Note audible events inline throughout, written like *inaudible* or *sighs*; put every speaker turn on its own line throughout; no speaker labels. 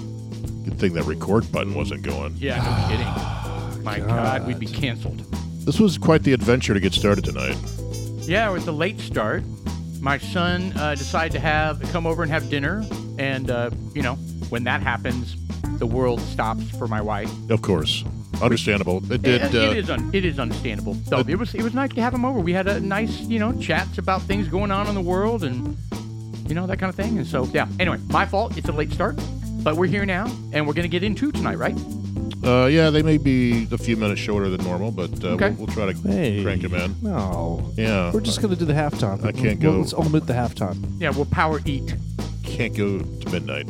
Good thing that record button wasn't going.
Yeah, no kidding. My God. we'd be canceled.
This was quite the adventure to get started tonight.
Yeah, it was a late start. My son uh, decided to have come over and have dinner, and uh, you know, when that happens, the world stops for my wife.
Of course, understandable. It did.
It-
uh,
it is un- it is understandable. So it was it was nice to have him over. We had a nice you know chats about things going on in the world and you know that kind of thing. And so yeah. Anyway, my fault. It's a late start, but we're here now, and we're gonna get into tonight, right?
uh, yeah, they may be a few minutes shorter than normal, but uh,
Okay.
we'll, we'll try to
Hey.
crank them in.
No.
Yeah,
We're just going to do the halftime.
I can't
Well,
go.
Let's omit the halftime.
Yeah, we'll power eat.
can't go to midnight.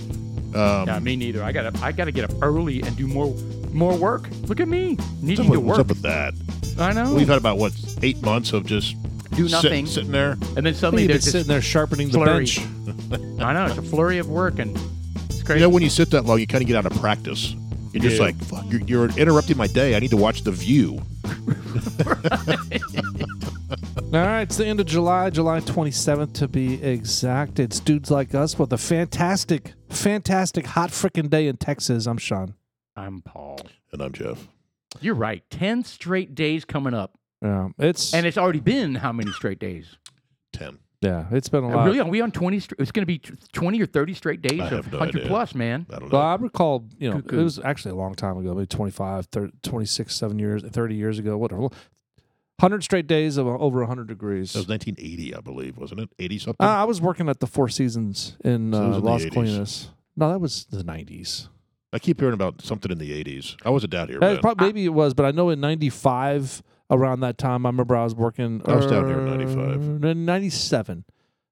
Um,
Yeah, me neither. I gotta I gotta get up early and do more more work. Look at me
what's, up
needing
with,
to
what's
work.
up with that?
I know.
We've had about what eight months of just
Do
sit-
nothing.
sitting there.
and then
I think
suddenly
you've been
there's
sitting
this,
there sharpening the
flurry.
bench.
I know it's a flurry of work and it's
You
crazy.
know, when you sit that long, you kind of get out of practice. You're just
Yeah.
like, fuck, you're, you're interrupting my day. I need to watch The View.
All right, it's the end of July, July 27th to be exact. It's dudes like us with a fantastic, fantastic hot frickin' day in Texas. I'm Sean.
I'm Paul.
And I'm Jeff.
You're right. Ten straight days coming up,
Yeah, it's
and it's already been how many straight days?
Ten.
yeah, it's been a lot.
Really? Are we on twenty? str- It's going to be t- twenty or thirty straight days
Uh, I
of
have no
hundred
idea.
plus, man.
I don't know.
Well, I recall, you know,
Cuckoo.
it was actually a long time ago, maybe 25, 30, 26, 7 years, 30 years ago, whatever. 100 straight days of uh, over 100 degrees.
That was 1980, I believe, wasn't it? 80 something.
Uh, I was working at the Four Seasons in
So it was
uh,
in the
Las
80s.
Colinas. No, that was the 90s.
I keep hearing about something in the 80s. I wasn't down here.
Uh,
Man.
prob- maybe it was, but I know in '95 around that time, I remember I was working. uh,
I was down here in 95.
No, '97,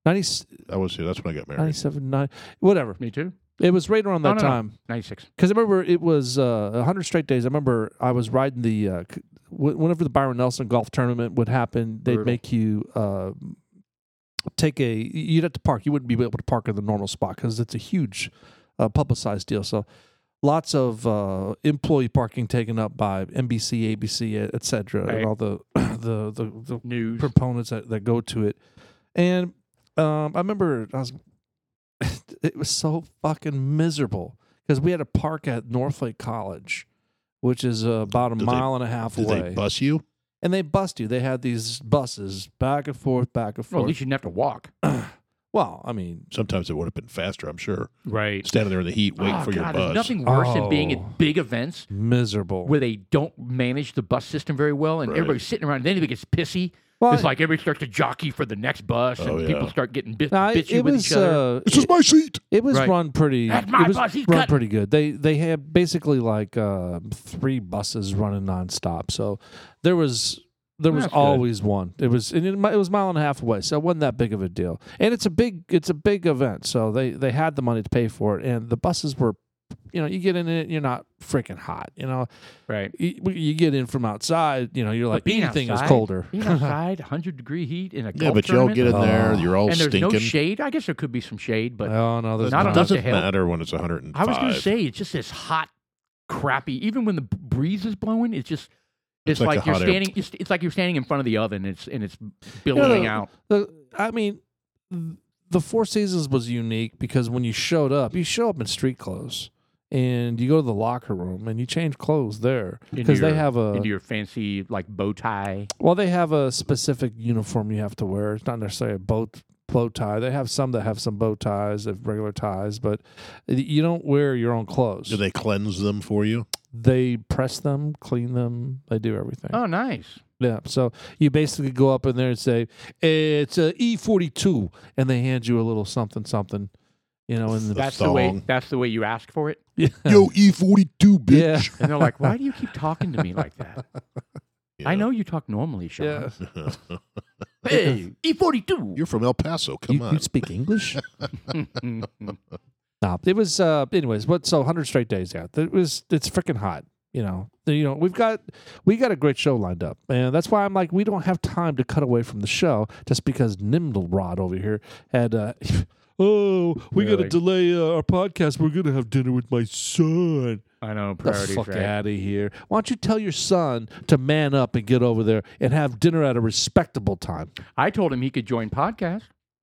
90,
I was here. That's when I got married.
97, 9, whatever.
Me too.
It was right around that
No, no, no.
time
Ninety-six.
because I remember it was uh, 100 straight days. I remember I was riding the uh, c- wh- whenever the Byron Nelson golf tournament would happen, they'd
Brutal.
make you uh, take a you'd have to park. You wouldn't be able to park in the normal spot because it's a huge uh, publicized deal. So lots of uh, employee parking taken up by NBC, ABC, et cetera,
Right.
and all the *clears throat* the the, the
News.
proponents that, that go to it. And um, I remember I was, *laughs* it was so fucking miserable because we had to park at Northlake College, which is uh, about a
Did they-
mile and a half
Did
away.
they bus you?
and they bust you. They had these buses back and forth, back
Well,
and forth.
at least you didn't have to walk.
well, I mean,
Sometimes it would have been faster, I'm sure.
Right.
Standing there in the heat waiting
oh,
for your
God, there's
bus.
nothing worse than being
Oh.
at big events
miserable.
where they don't manage the bus system very well, and
Right.
everybody's sitting around, and then it gets pissy.
Well,
it's like everybody starts to jockey for the next bus,
Oh,
and
yeah.
people start getting bit,
Nah, it,
bitchy
it
with
was
each other.
uh,
This is my seat.
It was
Right.
run pretty.
That's my
it was
bus, he's
run
cut-
pretty good. They they had basically like uh, three buses running nonstop. So there was there was
That's good.
always one. It was and it, mi- it was a mile and a half away, so it wasn't that big of a deal. And it's a big it's a big event, so they they had the money to pay for it, and the buses were. You know, you get in it, you're not freaking hot. You know,
*laughs*
right.
you, you get in from outside, you know, you're
But
like,
being
anything
outside-
is colder.
Being
*laughs*
outside, 100 degree heat in a
Yeah,
golf
but y'all
tournament,
get in there.
Oh.
You're all
and there's
stinking.
no shade. I guess there could be some shade, but
oh, no, there's
Not
not.
it
enough
doesn't
to help.
matter when it's 105.
I was going to say it's just this hot, crappy. Even when the b- breeze is blowing, it's just
It's
it's,
like
like,
a
you're
hot air-
standing. It's, it's like you're standing in front of the oven. And it's and it's billowing
Yeah,
out.
The, I mean, th- the Four Seasons was unique because when you showed up, you show up in street clothes and you go to the locker room and you change clothes there
Into
because they
your-
have
Uh,
a
into your fancy like bow tie.
well, they have a specific uniform you have to wear. It's not necessarily a bow bow tie. They have some that have some bow ties, they have regular ties, but you don't wear your own clothes.
Do they cleanse them for you?
they press them, clean them, they do everything.
Oh, nice.
Yeah. So you basically go up in there and say, "It's a E42," and they hand you a little something, something, you know,
*laughs*
in the
That's the way.
thong.
That's the way you ask for it.
yeah.
Yo, E42, bitch.
yeah.
And they're like, "Why do you keep talking to me like
*laughs*
that? I know you talk normally, Sean.
yeah. E
know.
*laughs*
Hey, E42.
*laughs* you're from El Paso. Come
You,
on.
you speak English?
*laughs*
Mhm.
no. It was, uh, anyways. What? So 100 straight days out. It was. It's freaking hot. You know. The- You know. We've got we got a great show lined up, and that's why I'm like, we don't have time to cut away from the show just because Nimrod over here had. Uh, *laughs* Oh, we got
Really?
to delay uh, our podcast. We're going to have dinner with my son.
I know
the
priorities.
fuck
right?
out of here. Why don't you tell your son to man up and get over there and have dinner at a respectable time?
I told him he could join podcast,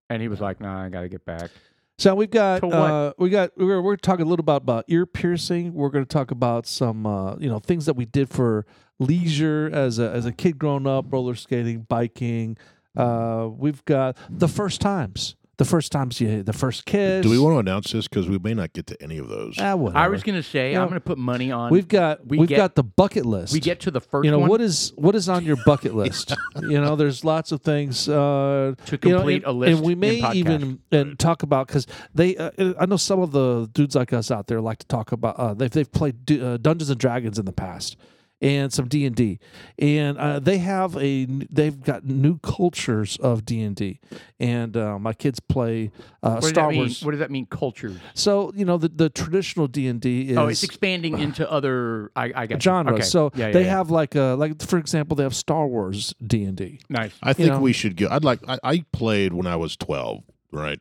and he was like, "Nah, I got to get back."
So we've got
To what?
uh, we got we're, we're talking a little about about ear piercing. We're going to talk about some uh, you know things that we did for leisure as a as a kid growing up, roller skating, biking. Uh, we've got the first times, the first times you the first kiss.
Do we want to announce this because we may not get to any of those?
Ah, whatever.
I was gonna say
Yeah.
I'm gonna put money on.
we've got
we
we have
get-
got the bucket list.
we get to the first
you know
one
what is what is on your bucket list
*laughs*
you know there's lots of things uh
To
you know,
complete
and-
a list
and we
in
may
podcast.
even and talk about because they uh, i know some of the dudes like us out there like to talk about uh they've, they've played du- uh, dungeons and dragons in the past and some D&D. And uh, they have a n- they've got new cultures of D&D. And uh, my kids play uh,
What does
Star
that mean?
Wars.
What does that mean? Culture.
So, you know, the, the traditional D&D is
Oh, it's expanding into other. I, I got you.
genres.
Okay.
So,
Yeah, yeah,
they
yeah.
have like a like for example, they have Star Wars D&D.
nice.
I think
know.
we should go. I'd like. I, I played when I was twelve, right?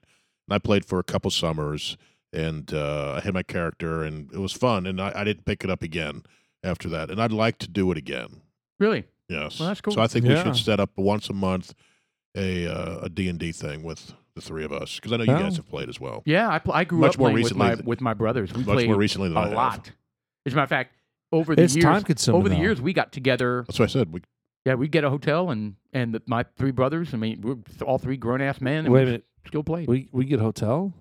And I played for a couple summers, and uh, I had my character, and it was fun. And I, I didn't pick it up again after that. And I'd like to do it again.
Really?
Yes.
Well, that's cool.
So I think we
Yeah.
should set up once a month a uh, a D and D thing with the three of us because I know you
Oh.
guys have played as well.
Yeah, I, pl- I grew
Much
up
more
playing with
recently
my
th-
with my brothers. We
Much
played
more recently than I
a
have.
lot. As a matter of fact, over the
It's
years,
time consuming.
over the
though.
years, we got together.
That's what I said. We
Yeah, we'd get a hotel, and and the, my three brothers. I mean, we're th- all three grown ass men. and
Wait a
we
minute.
still played.
We we get hotel.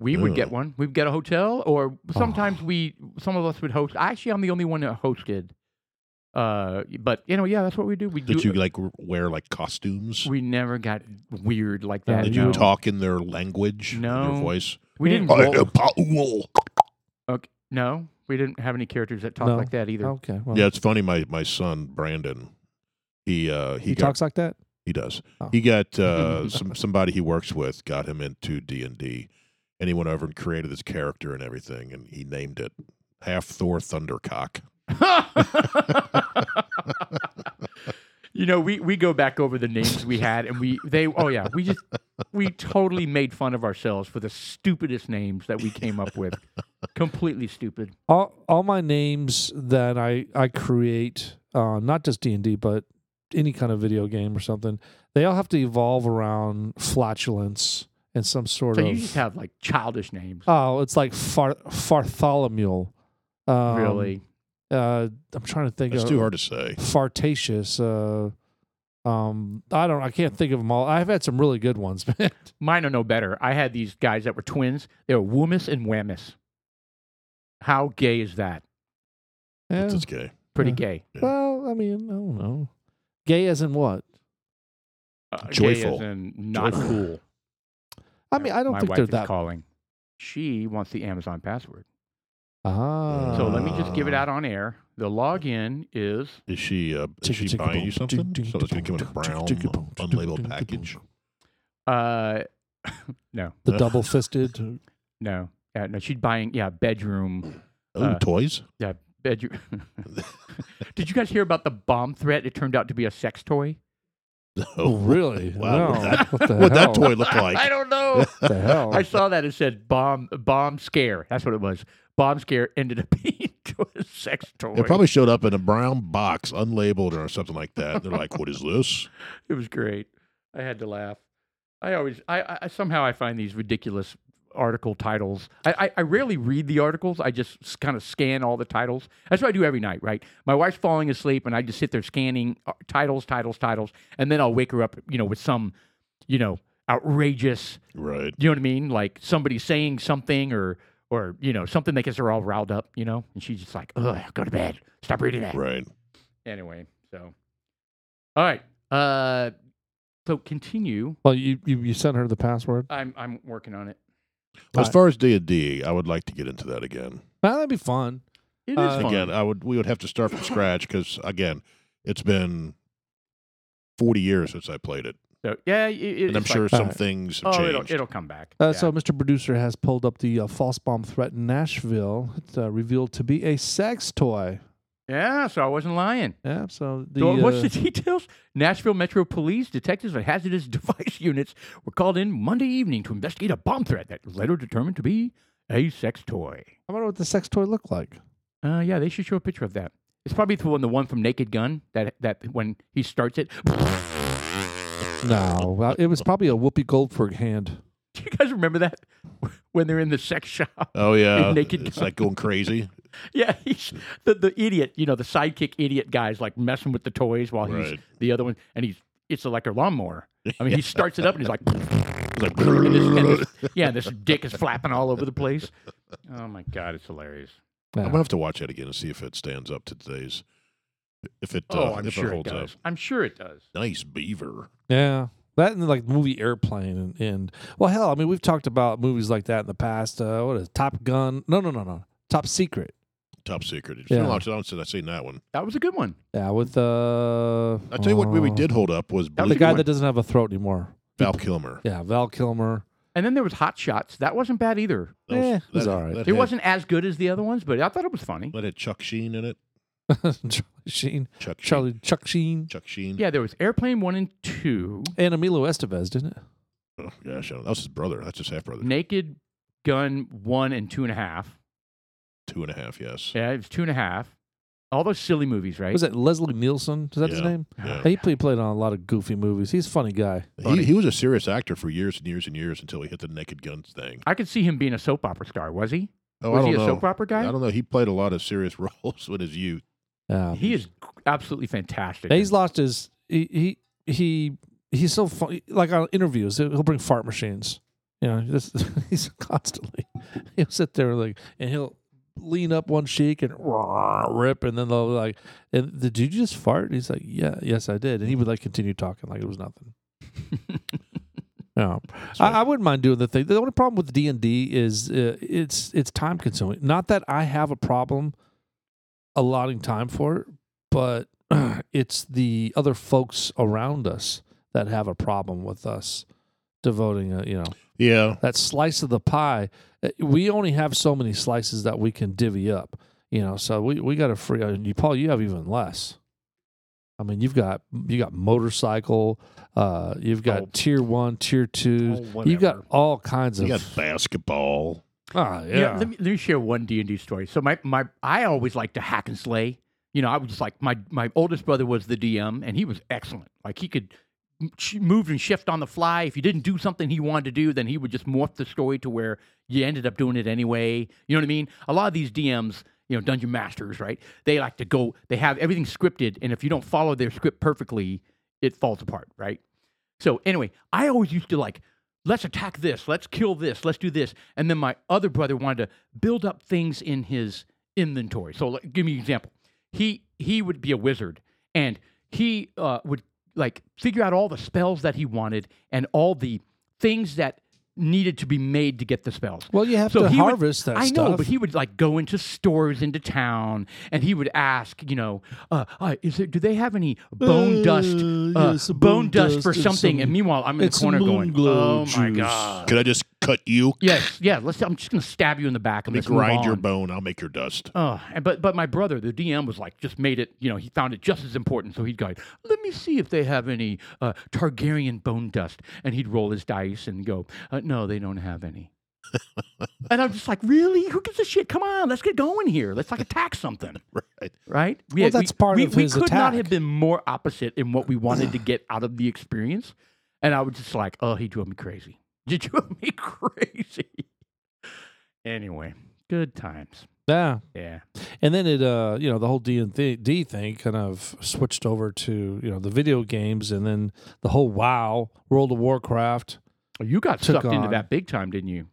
We would get
Ugh.
one. We'd get a hotel, or
Ah.
sometimes we, some of us would host. Actually, I'm the only one that hosted. Uh, but you know, yeah, that's what we do. We
did
do.
you like w- wear like costumes?
uh, we never got weird like
No,
that.
did
you
you
no.
know.
talk in their language? in
No.
their voice.
We didn't.
I
roll-
am Paul.
okay, no, we didn't have any characters that talk
No.
like that either.
Okay. Well,
Yeah, it's funny. My my son Brandon, he uh, he,
he
got,
talks like that.
he does.
Oh.
He got
*laughs*
uh, some somebody he works with got him into D and D, and he went over and created his character and everything, and he named it Half Thor Thundercock.
*laughs* you know, we we go back over the names we had, and we they oh yeah, we just we totally made fun of ourselves for the stupidest names that we came up with. Completely stupid.
All all my names that I I create, uh, not just D and D, but any kind of video game or something, they all have to evolve around flatulence and some sort
So you
of.
just have like childish names,
oh, it's like far, Fartholomew. Um,
really.
Uh, I'm trying to think.
It's
of,
too hard to say.
fartatious. Uh, um, I don't. I can't think of them all. I've had some really good ones, *laughs* man.
Mine are no better. I had these guys that were twins. They were Woomis and Whammis. How gay is that?
It's,
Yeah.
it's gay.
Pretty
Yeah.
gay.
Well, I mean, I don't know. Gay as in what?
Uh,
Joyful.
Gay and not
Joyful.
cool.
I mean, I don't
My
think
wife
they're
is
that.
calling. She wants the Amazon password.
Ah.
So let me just give it
Ah.
out on air. The login is
Is she uh, is she buying you something? So it's gonna come in a brown unlabeled package.
*laughs*
uh no
*laughs*
The double fisted.
no yeah, no she's buying yeah bedroom
Oh,
Uh,
toys!
yeah bedroom. *laughs* Did you guys hear about the bomb threat? It turned out to be a sex toy.
*laughs* Oh,
No.
really?
Wow,
No.
what'd that- *laughs*
what the
What'd
hell?
that toy
*laughs*
look
*laughs* I
like?
don't know.
What the hell?
I saw that it said bomb bomb scare. That's what it was. Bomb scare ended up *laughs* being to a sex toy.
It probably showed up in a brown box, unlabeled or something like that. They're like, "What is this?"
It was great. I had to laugh. I always, I, I- I somehow I find these ridiculous article titles. I, I, I rarely read the articles. I just kind of scan all the titles. That's what I do every night, right? My wife's falling asleep, and I just sit there scanning uh, titles, titles, titles, and then I'll wake her up, you know, with some, you know, outrageous,
Right?
you know what I mean? Like somebody saying something or. Or you know something that gets her all riled up, you know, and she's just like, "Ugh, go to bed, stop reading that."
Right.
anyway so all right uh so continue
Well, you, you you sent her the password.
i'm i'm working on it
As
Right.
far as D and D, I would like to get into that again.
Well, that'd be fun.
it is
Uh, Fun.
Again, I would. We would have to start from scratch because again, it's been forty years since I played it,
so, yeah it, it-
and I'm
it's
sure
like,
some
Alright.
things have
oh it'll,
changed.
it'll come back
Uh,
Yeah.
So, Mr. Producer has pulled up the uh, false bomb threat in Nashville. It's uh, revealed to be a sex toy.
yeah so i wasn't lying
Yeah. So the
So what's
uh,
the details? Nashville Metro Police detectives and hazardous *laughs* device units were called in Monday evening to investigate a bomb threat that was later determined to be a sex toy.
I wonder what the sex toy looked like.
Uh, yeah, they should show a picture of that. It's probably the one, the one from Naked Gun that that when he starts it, *laughs*
No, well, it was probably a Whoopi Goldberg hand.
Do you guys remember that *laughs* when they're in the sex shop?
Oh
*laughs*
yeah,
Naked
It's
Gun.
like going
*laughs*
crazy.
Yeah, he's the, the idiot, you know, the sidekick idiot guy's like messing with the toys while Oh, he's
Right.
the other one, and he's it's like a lawnmower. I mean, he starts it up and *laughs* he's like,
It's *laughs* like
and this- and this- yeah, this dick is flapping all over the place. Oh my god, it's hilarious.
I'm
Yeah.
gonna have to watch that again and see if it stands up to today's. If it, uh,
oh, I'm
if
sure
it
it
holds
does.
up.
I'm sure it does.
Nice beaver.
Yeah. That and like the movie Airplane and, and well hell I mean we've talked about movies like that in the past uh, what is it, Top Gun no no no no Top Secret
Top secret. It's
Yeah.
been a long time since I've seen that one.
That was a good one.
yeah with uh
I tell you what movie
uh,
did hold up was
Oh. That was
Blue-
the guy
one.
that doesn't have a throat anymore
Val Kilmer.
yeah Val Kilmer *laughs*
And then there was Hot Shots. That wasn't bad either.
That
Eh, it was all right.
that
It
had-
wasn't as good as the other ones, but I thought it was funny.
That had Chuck Sheen in it.
Charlie Sheen
Chuck Sheen.
Charlie Chuck Sheen
Chuck Sheen.
Yeah, there was Airplane One and Two,
and Emilio Estevez didn't it
Oh, gosh, I don't- that was his brother. That's his half brother.
Naked Gun One and Two and a Half.
Two and a half. Yes.
Yeah, it was Two and a Half. All those silly movies, right?
was that Leslie Nielsen is that his
Yeah.
name
Yeah.
he played, played on a lot of goofy movies he's a funny guy
He, he was a serious actor for years and years and years until he hit the Naked Gun thing.
I could see him being a soap opera star. Was he?
Oh,
was
I
he
don't
a
know.
soap opera guy?
I don't know. He played a lot of serious *laughs* roles with his youth.
yeah
He is absolutely fantastic.
Yeah, he's lost his he he, he he's so funny. Like on interviews, he'll bring fart machines. You know, this, *laughs* he's constantly *laughs* he'll sit there like and he'll lean up one cheek and *laughs* rip, and then they'll be like, and the, "Did you just fart?" And he's like, "Yeah, yes, I did." And he would like continue talking like it was nothing. No, I, I wouldn't mind doing the thing. The only problem with D and D is uh, it's it's time consuming. Not that I have a problem allotting time for it, but *clears throat* it's the other folks around us that have a problem with us devoting a, you know
Yeah.
that slice of the pie. Uh, We only have so many slices that we can divvy up. You know, so we we got a free. And you, Paul, you have even less. I mean, you've got you got motorcycle. Uh, you've got
Oh.
tier one, tier two.
Oh,
you've got
whatever.
all kinds
He
of.
got basketball.
Ah, yeah.
You know, let, me, let me share one D and D story. So my my I always liked to hack and slay. You know, I was just like my my oldest brother was the DM, and he was excellent. Like he could m- sh- move and shift on the fly. If you didn't do something he wanted to do, then he would just morph the story to where you ended up doing it anyway. You know what I mean? A lot of these DMs, you know, dungeon masters, right? They like to go. They have everything scripted, and if you don't follow their script perfectly, it falls apart, right? So anyway, I always used to like, let's attack this, let's kill this, let's do this, and then my other brother wanted to build up things in his inventory. So like, give me an example. He he would be a wizard, and he uh, would like figure out all the spells that he wanted and all the things that needed to be made to get the spells.
Well, you have to
he
harvest
would,
that
I know,
stuff.
but he would like go into stores into town and he would ask, you know, uh, uh, is there, do they have any bone
Uh,
dust, uh,
yes, a
bone,
bone
dust, for
dust and
something?
some-
and meanwhile, I'm in the
and some
corner going,
moon glow
oh my
juice."
god.
Could I just cut you?
Yes, yeah. Let's. I'm just gonna stab you in the back and
Let me
let's move
grind your
on.
bone. I'll make your dust. *laughs*
Oh, and but but my brother, the DM, was like just made it. You know, he found it just as important, so he'd go, "Let me see if they have any uh, Targaryen bone dust," and he'd roll his dice and go, uh, "No, they don't
*laughs*
have any." and I'm just like, "Really? Who gives a shit? Come on, let's get going here. Let's like attack something,
Right.
right?" We
Well,
had-
that's part
we,
of
we
his
could not
attack.
have been more opposite in what we wanted
*sighs*
to get out of the experience. And I was just like, "Oh, he drove me crazy. *laughs* You drove me crazy." anyway, good times.
yeah.
Yeah.
And then it, uh, you know, the whole D and D thing kind of switched over to you know the video games, and then the whole WoW, World of Warcraft.
Oh, You got
took
sucked into
on.
that big time, didn't you?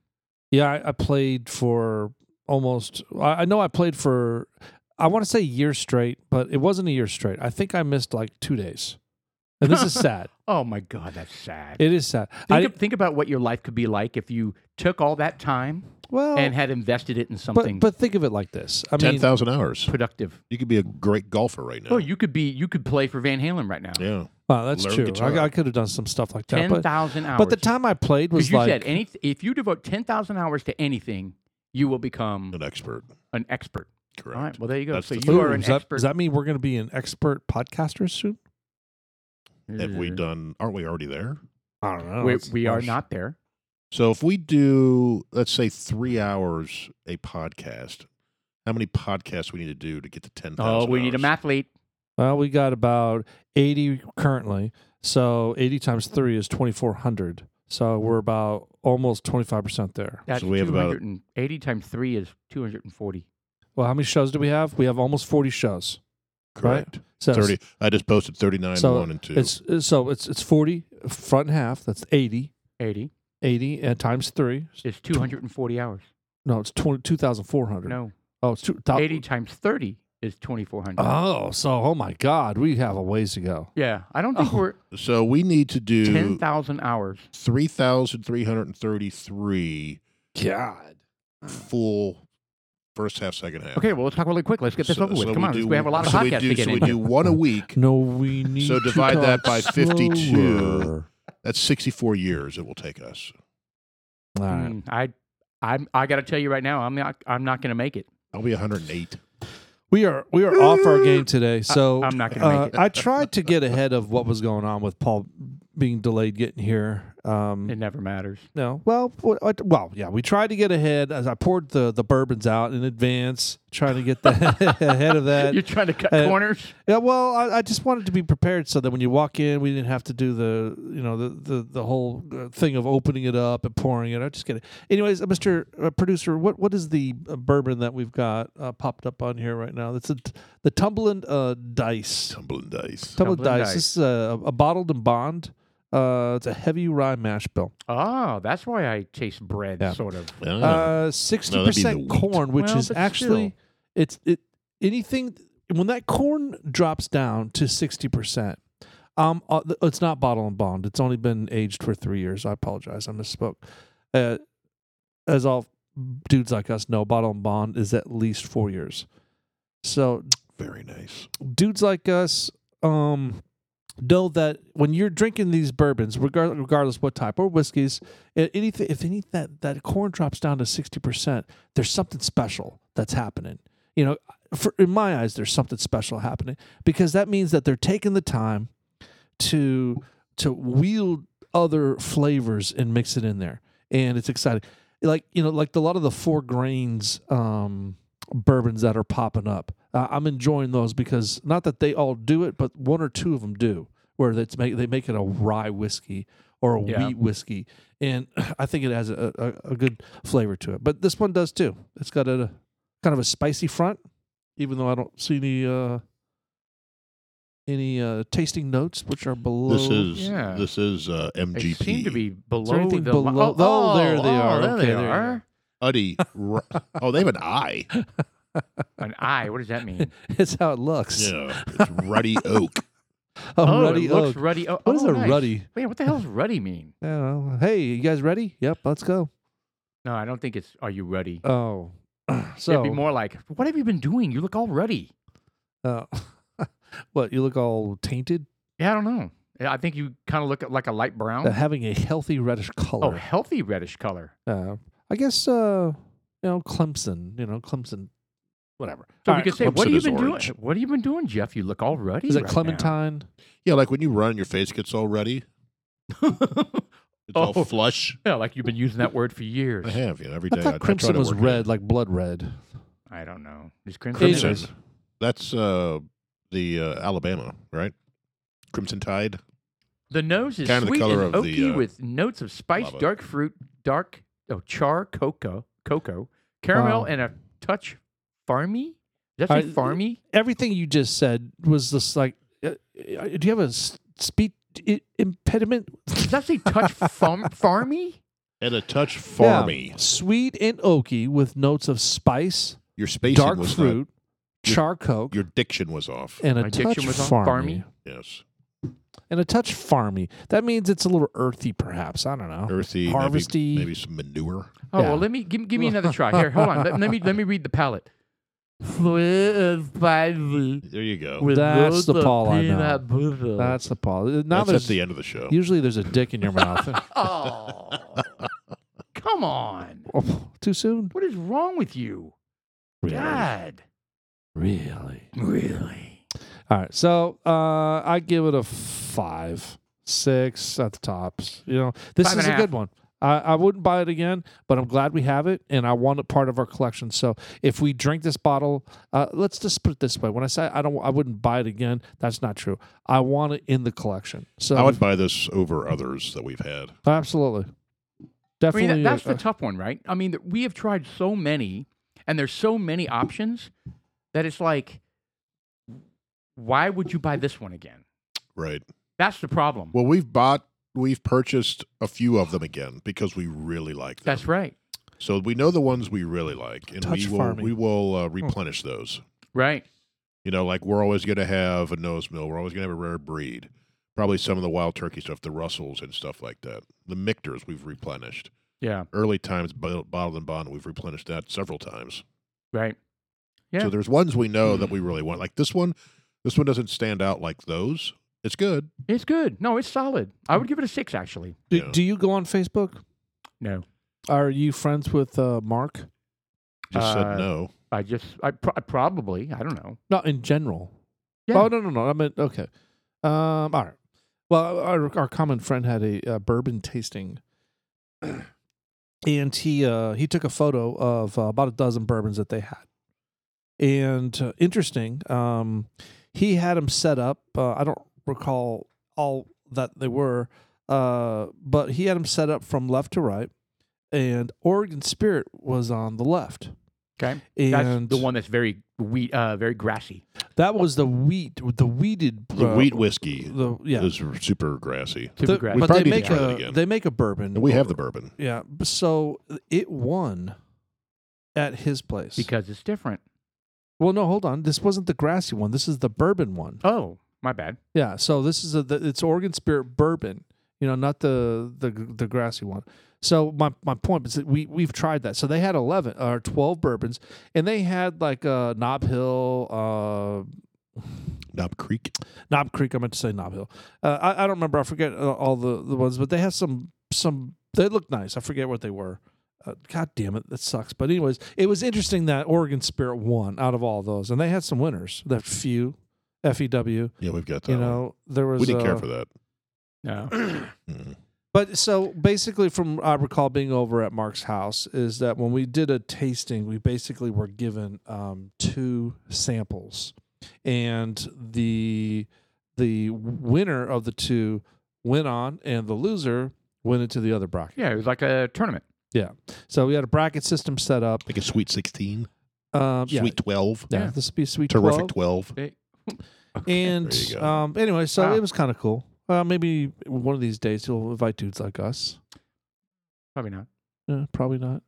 Yeah, I, I played for almost. I, I know I played for. I want to say a year straight, but it wasn't a year straight. I think I missed like two days, and
*laughs*
this is sad.
Oh my God, that's sad.
It is sad.
think,
I
ab- think about what your life could be like if you took all that time
well,
and had invested it in something
Oh. but but think of it like this. I
Ten
mean,
thousand hours.
productive.
You could be a great golfer right now.
Oh, you could be you could play for Van Halen right now.
yeah.
wow, that's
learn
true.
guitar.
I, I could have done some stuff like that,
Ten
but
thousand hours.
but the time I played was
because you
like
said any if you devote ten thousand hours to anything, you will become
An expert.
an expert.
Correct.
All right. Well, there you go.
That's
so
the
you are
Ooh,
an
does that-
expert.
Does that mean we're going to be an expert podcaster soon?
Have we done? Aren't we already there?
I don't know.
We,
That's-
we are not there.
So if we do, let's say, three hours a podcast, how many podcasts we need to do to get to ten thousand?
Oh, we need a mathlete.
Well, we got about 80 currently. So 80 times 3 is 2,400. So we're about almost 25% there.
That's
we have about-
280 times three is 240.
Well, how many shows do we have? We have almost 40 shows.
Correct.
So it's-
Thirty. I just posted thirty nine
So
one and two.
It's uh, so it's it's 40 front and half, that's 80.
80
80 and times 3.
is 240 hours.
No, it's 20, 2400.
No,
Oh, it's two, thou-
80 times 30 is 2400.
Oh, so oh my god, we have a ways to go.
yeah, I don't think
Oh.
we're
so we need to do
10,000 hours.
three thousand three hundred and thirty three
God.
full first half, second half.
Okay, well, let's talk really quick. Let's get this
So-
over with.
so
Come on,
do-
we have a lot of
so we
podcasts
do-
to get
so
into.
we do one a
*laughs*
week.
No, we need
So
to
divide
talk
that by 52.
slower.
That's sixty four years it will take us.
All right.
Mm, I, I'm, I got to tell you right now, I'm not, I'm not going to make it.
I'll be one hundred and eight.
We are we are off our game today. So uh,
I'm not gonna
Uh,
make it.
I tried to get ahead of what was going on with Paul being delayed getting here. Um,
It never matters.
no, well, what- what- well, yeah, we tried to get ahead. As I poured the the bourbons out in advance, trying to get the *laughs* ahead of that.
You're trying to cut
uh,
corners.
Yeah, well, I, I just wanted to be prepared so that when you walk in, we didn't have to do the you know the the, the whole uh, thing of opening it up and pouring it. I just get it. Anyways, uh, Mr. Uh, producer, what what is the uh, bourbon that we've got uh, popped up on here right now? That's a, the Tumbling uh, Dice.
Tumbling dice.
Tumbling,
Tumbling
Dice. This is a, a bottled and bond. Uh, it's a heavy rye mash bill.
Oh, that's why I taste bread,
Yeah.
sort of.
Yeah.
Uh, sixty percent
wheat.
corn, which
Well,
is
but
actually
still.
it's it anything when that corn drops down to sixty percent. Um, uh, th- it's not bottle and bond. It's only been aged for three years. I apologize. I misspoke. Uh, as all dudes like us know, bottle and bond is at least four years. So
Very nice.
dudes like us um know that when you're drinking these bourbons regardless, regardless what type or whiskeys i- anything if any that that corn drops down to 60% there's something special that's happening you know for, in my eyes there's something special happening because that means that they're taking the time to to wield other flavors and mix it in there and it's exciting like you know like the, a lot of the four grains um bourbons that are popping up uh, i'm enjoying those because not that they all do it but one or two of them do where it's make, they make it a rye whiskey or a
Yeah.
wheat whiskey and *clears throat* i think it has a, a, a good flavor to it but this one does too it's got a kind of a spicy front even though i don't see any uh any uh tasting notes which are below
This is
yeah.
this is uh,
They
MGP.
seem to be below
anything
the. li-
below-
Oh,
oh, there they
oh,
are.
There
Okay,
they
there you
are.
Uddy. Ru- oh, they have an eye.
An eye. What does that
*laughs*
mean?
*laughs* it's how it looks
Yeah, it's ruddy oak.
a
oh,
ruddy
it looks
oak.
ruddy. Oh,
What is
oh,
a
nice.
ruddy?
Wait, what the hell does ruddy mean?
I don't know. Hey, you guys ready? Yep, let's go.
No, I don't think it's. Are you ruddy?
Oh, *clears throat* so
It'd be more like, what have you been doing? You look all ruddy.
uh, *laughs* what you look all tainted?
Yeah, I don't know. Yeah, I think you kind of look at like a light brown.
Uh, having a healthy reddish
oh,
color.
healthy reddish color.
Uh, I guess uh, you know Clemson. You know Clemson, whatever.
So
All
we
right.
could say, what
Clemson
have you
is
been
orange.
doing? What have you been doing, Jeff? You look all ruddy.
Is it
right now."
Clementine?
Yeah, like when you run, your face gets all ruddy. It's
Oh.
all flush.
yeah, like you've been using that word for years.
I have, you know, every
I
day.
thought
I- I try
crimson
to
was
work it.
red, like blood red.
I don't know. Is crimson?
Crimson.
Anyways.
That's uh, the uh, Alabama, right? Crimson Tide.
The nose is
Kind of the
sweet
color
and
of the,
oaky
uh,
with notes of spice,
lava.
dark fruit, dark oh char cocoa, cocoa, caramel,
Wow.
and a touch farmy. Does that say
I-
farmy?
Everything you just said was just like. Uh, uh, do you have a s- speech i- impediment? *laughs*
Does that say touch farm farmy?
And a touch
Yeah.
farmy.
Sweet and oaky with notes of spice,
Your spacing
dark
was
fruit,
Your-
char coke,
Not, your diction was off.
and a
My diction
touch
was on farmy.
farmy.
yes.
And a touch farmy. That means it's a little earthy, perhaps. I don't know.
Earthy.
Harvesty.
Maybe, maybe some manure.
Oh
Yeah.
well, let me give, give me another try. Here, hold on. Let, let me let me read the palette. Sweet and spicy
There you go.
with
That's
notes
the
of
Paul I know.
peanut butter.
That's the Paul. Now
That's
there's
at the end of the show.
usually there's a dick in
*laughs*
your mouth. *laughs*
*laughs* Oh, come on!
Oh, too soon.
What is wrong with you? God,
Really.
really?
All right. So uh, I give it a five, six at the tops. You know, this
Five
is
and
a,
a half.
good one. I, I wouldn't buy it again, but I'm glad we have it, and I want it part of our collection. So if we drink this bottle, uh, let's just put it this way: when I say I don't, I wouldn't buy it again. That's not true. I want it in the collection. So
I would buy this over others that we've had.
absolutely,
I
definitely.
mean, that, that's
uh,
the tough one, right? I mean, th- we have tried so many, and there's so many options that it's like, why would you buy this one again?
Right.
That's the problem.
Well, we've bought, we've purchased a few of them again because we really like them.
that's right.
So we know the ones we really like, and
Touch
we will
farming.
we will uh, replenish those.
Right.
You know, like we're always going to have a nose mill. We're always going to have a rare breed. Probably some of the wild turkey stuff, the Russells and stuff like that. The Mictors we've replenished.
Yeah.
Early times bo- bottled and bond we've replenished that several times.
Right. Yeah.
So there's ones we know that we really want. Like this one, this one doesn't stand out like those. It's good.
It's good. No, it's solid. I would give it a six, actually.
uh, do,
yeah.
do you go on Facebook?
No,
Are you friends with uh, Mark?
Just
Uh,
said no.
I just, I, pro- I probably, I don't know.
Not in general.
Yeah.
Oh no no no. I mean okay. Um. All right. Well, our, our common friend had a uh, bourbon tasting, and he uh, he took a photo of uh, about a dozen bourbons that they had. And uh, interesting, um, he had them set up. Uh, I don't recall all that they were, uh, but he had them set up from left to right, and Oregon Spirit was on the left.
Okay.
and
That's the one that's very wheat, uh, very grassy.
that was the wheat, the weeded,
The
uh,
wheat whiskey
the yeah.
is super grassy.
Super
The-
grassy.
We
But
probably
they
need
make
to try that
a
again.
they make a bourbon.
And we have the bourbon.
yeah. b- So it won at his place.
because it's different.
well, no, hold on. This wasn't the grassy one. This is the bourbon one.
Oh, my bad.
Yeah. So this is a the, it's Oregon Spirit bourbon. You know, not the the the grassy one. So my my point is that we we've tried that. So they had eleven or twelve bourbons, and they had like uh, Knob Hill. Uh,
Knob Creek.
Knob Creek. I meant to say Knob Hill. Uh, I, I don't remember. I forget uh, all the, the ones, but they have some some. They look nice. I forget what they were. Uh, God damn it, that sucks. But anyways, it was interesting that Oregon Spirit won out of all those, and they had some winners. That few, F E W.
Yeah, we've got that.
You
one.
know, there was.
we didn't care
uh,
for that.
*clears throat*
No.
Mm.
But so basically, from I recall being over at Mark's house, is that when we did a tasting, we basically were given um, two samples, and the the winner of the two went on, and the loser went into the other bracket.
Yeah, it was like a tournament.
So we had a bracket system set up.
Like a sweet 16,
Um, yeah,
sweet 12,
yeah,
Yeah.
this would be sweet
terrific
12.
12. There you
And
go.
um, anyway, so
Wow.
it was kind of cool. Uh, maybe one of these days he'll invite dudes like us.
Probably not.
Yeah, probably not.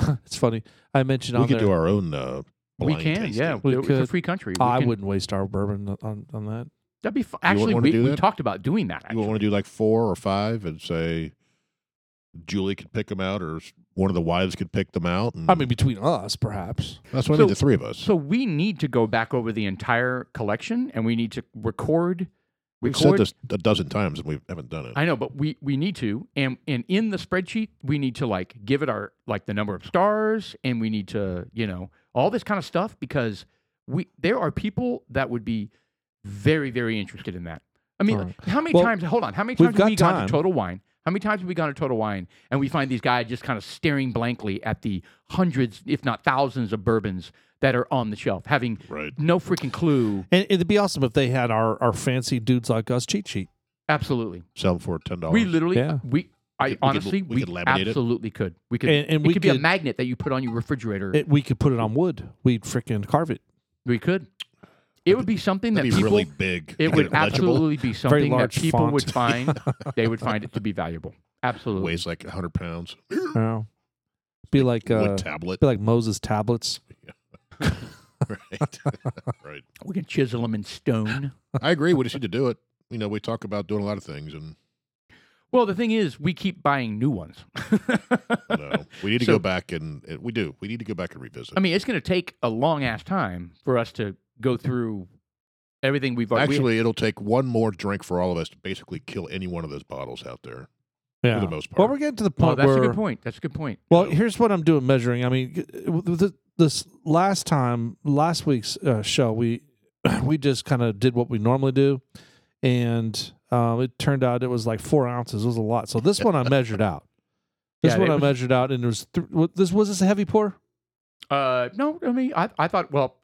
*laughs* it's funny. I mentioned
we
on
could
there,
do our own uh, blind
we can,
tasting.
yeah.
We
it's a
could.
free country. We
I
can-
wouldn't waste our bourbon on, on that.
That'd be fun. Actually,
wanna
we,
do
we
that?
talked about doing that.
You
Actually.
want to do like four or five and say Julie could pick them out or s- one of the wives could pick them out? And
I mean, between us, perhaps.
that's what I
so-
mean, the three of us.
So we need to go back over the entire collection, and we need to record.
We've
record-
said this a dozen times and we haven't done it.
I know, but we we need to, and and in the spreadsheet, we need to like give it our like the number of stars, and we need to you know all this kind of stuff because we there are people that would be very very interested in that. I mean,
All right.
how many
Well,
times? Hold on, how many times
we've
have
got
we gone
time.
to Total Wine? How many times have we gone to Total Wine and we find these guys just kind of staring blankly at the hundreds, if not thousands, of bourbons that are on the shelf, having
right.
no freaking clue.
And it'd be awesome if they had our, our fancy dudes like us cheat sheet.
Absolutely,
Sell them for $10.
We literally,
Yeah.
we,
We
I
could- we could-
honestly,
we
we,
could laminate it.
absolutely could. We could,
And- and
it
we
could, be a
could-
magnet that you put on your refrigerator.
It, we could put it on wood. We'd freaking carve it.
we could. It would be something that
That'd be
people,
really big.
it
Make
would
legible.
absolutely be something that
large
people
font.
would
*laughs*
find. they would find it to be valuable. Absolutely.
Weighs like 100 pounds.
Yeah. Be like uh,
Wood tablet. *laughs*
be like Moses tablets.
right. right.
We can chisel them in
*laughs*
stone.
I agree. We just need to do it. You know, we talk about doing a lot of things and
well, the thing is, we keep buying new ones.
you know, we need to
So-
go back and and we do. We need to go back and revisit.
*laughs* I mean, it's going to take a long ass time for us to go through everything we've we-
Actually, it'll take one more drink for all of us to basically kill any one of those bottles out there for the most part.
Well, we're getting to the point
Oh, that's
where
a good point. That's a good point.
Well,
know?
here's what I'm doing measuring. I mean, this, this last time, last week's uh, show, we *clears throat* we just kind of did what we normally do,
*laughs*
and um, it turned out it was like four ounces. It was a lot. So this one I measured out. This
Yeah,
is what
it
I
was-
measured out, and it was th- what- this was this a heavy pour?
Uh, no, I mean, I, I thought, well,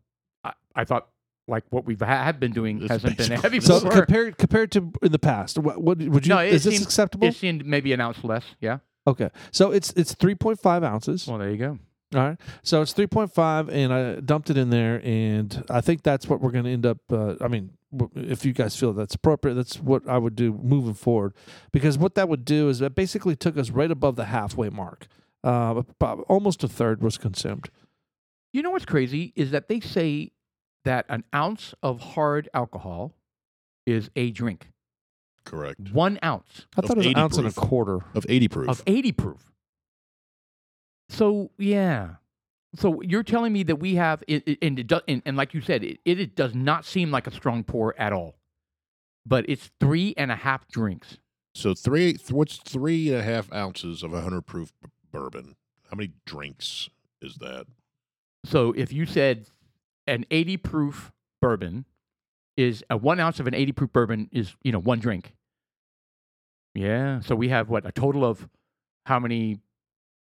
I, I thought like what we've ha- have been doing
It's
hasn't been a
basically-
*laughs* heavy
Sure.
So
pour.
compared compared to in the past, what, what would you?
No, it
is this
seemed-
acceptable?
it seemed maybe an ounce less. Yeah.
Okay, so it's it's three point five ounces.
Well, there you go.
All right, so it's three point five, and I dumped it in there, and I think that's what we're going to end up. Uh, I mean, w- if you guys feel that's appropriate, that's what I would do moving forward, because what that would do is that basically took us right above the halfway mark. Uh, about- almost a third was consumed.
You know what's crazy is that they say that an ounce of hard alcohol is a drink.
Correct.
One ounce
I
Of
thought it was
80
an ounce and
proof.
a quarter.
Of 80 proof.
of 80 proof. So, yeah. So you're telling me that we have, it, it- and, it do, and, and like you said, it, it, it does not seem like a strong pour at all, but it's three and a half drinks.
so three, th- what's three and a half ounces of 100 proof b- bourbon? How many drinks is that?
So if you said an 80 proof bourbon is a one ounce of an 80 proof bourbon is, you know, one drink. Yeah. So we have what? A total of how many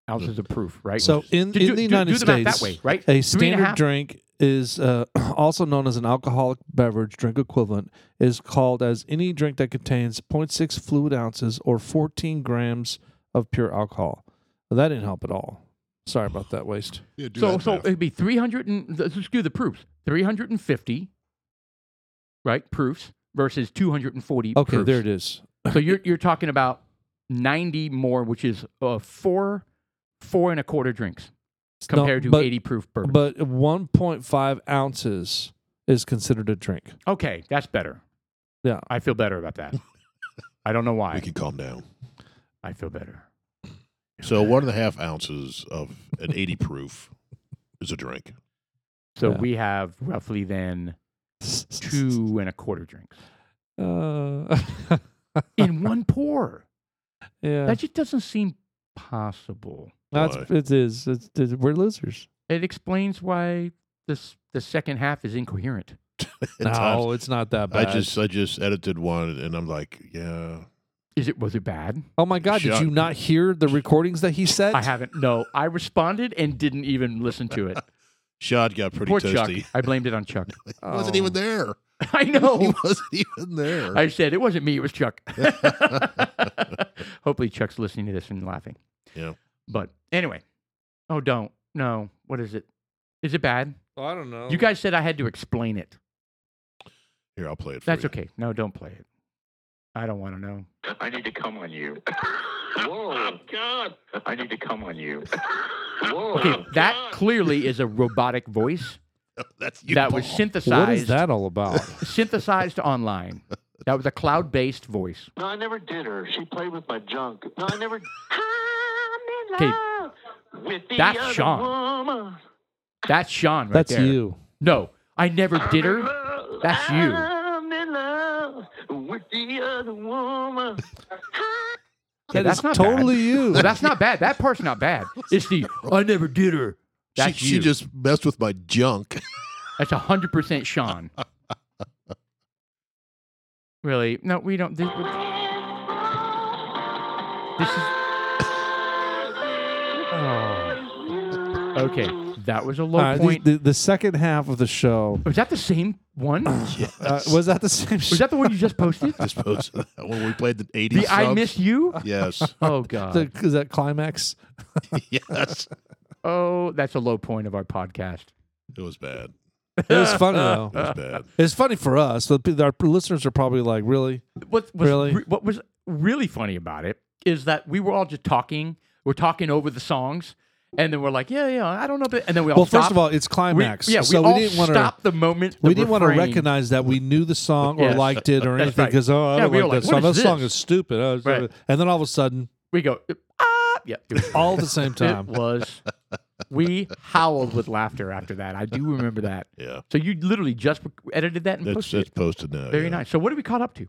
ounces of proof, right?
So in,
Do- do-
in the
do-
United
do the math
States,
that way, right? Three
a
and a
standard
half.
drink is uh, *clears throat* also known as an alcoholic beverage drink equivalent is called as any drink that contains 0.6 fluid ounces or 14 grams of pure alcohol. Well, that didn't help at all. Sorry about
*sighs*
that waste.
Yeah, do
so
that
so
math.
it'd be 300 and let's just do the proofs. 350 right? Proofs versus 240
Okay,
proofs.
there it is.
So you're you're talking about 90 more which is uh, four four and a quarter drinks
No,
compared to
but-
80 proof bourbon.
But 1.5 ounces is considered a drink.
Okay, that's better.
Yeah.
I feel better about that. I don't know why.
we can calm down.
I feel better.
So one and a half ounces of an 80 proof is a
*laughs*
drink.
So
Yeah.
we have roughly then
*laughs*
two and a quarter drinks
*laughs* Uh, *laughs*
in one pour.
yeah.
That just doesn't seem possible.
That's, it is. It's, it's, we're losers.
It explains why this the second half is incoherent.
At times.
it's not that
I just I just edited one and I'm like, yeah.
Is it was it bad?
Oh my God! Did
Shut-
you not hear the recordings that he said?
I haven't. No, I responded and didn't even listen to it.
Shad got *laughs* pretty
Poor
toasty. *laughs*
Chuck. I blamed it on Chuck.
He wasn't even
Oh.
there. *laughs*
I know.
He wasn't even there.
Oh. I said it wasn't me. It was Chuck. *laughs* Hopefully, Chuck's listening to this and laughing.
Yeah.
But anyway, oh, don't. No. What is it? Is it bad?
Oh, I don't know.
Um,
You guys said I had to explain it.
*laughs* Here, I'll play it for
That's
you.
okay. No, don't play it. I don't want to know.
I need to come on *laughs* you. Whoa. Oh, God. I need to come on *laughs* you. Whoa.
Okay, that clearly is a robotic voice
*laughs* That's you.
that was
Paul.
synthesized.
What is that
*laughs*
all about?
Synthesized online. That was a cloud-based voice.
No, I never did her. She played with my junk. No, I *laughs* never.
Okay.
love with the
That's
other
Sean.
woman.
That's Sean right
That's
there.
you.
No, I never did her. That's you.
I'm in love with the other woman.
Uh,
Yeah, that's
is
not bad.
totally you.
Well, *laughs* that's not bad. That part's not bad. It's the I never did her. That's
she,
you. Uh,
she just messed with my
*laughs*
junk. *laughs*
That's hundred percent Sean. really? No, we don't. This, this is. Oh. Okay, that was a low
All right, the-
point.
the, the second half of the show
was that the same one?
uh, was that the same.
Was
Show?
that the one you just
*laughs*
posted?
Just post that *laughs* when we played the 80s.
the I
subs.
miss you.
*laughs*
*laughs*
Yes.
Oh
*laughs*
God.
The, is that climax?
yes.
oh, that's a low point of our podcast.
It was bad.
It was funny though.
It
*laughs*
was bad.
It's funny for us. The, pe- our listeners are probably like, "Really?
what was
Really?
re- what was really funny about it is that we were all just talking. We're talking over the songs, and then we're like, "Yeah, yeah, I don't know," but, and then we all
Well,
stopped.
first of all, it's
we,
climax.
yeah,
so
we, all
didn't want to.
stop the moment.
We
the
didn't want to
refrain-
recognize that we knew the song or
Yes.
liked it or
That's
anything
right.
because oh, I
Yeah,
don't
we were like,
like that
what
song. That
is
song
this?
is stupid. Oh, it's-
Right.
And then all of a sudden,
We go, ah, yeah, it was *laughs*
all at the same
It
time,
was. We howled with laughter after that. I do remember that.
Yeah.
*laughs* So you literally just edited that and
It's,
posted
it's
it.
posted now.
Very
yeah.
nice. So what are we caught up to?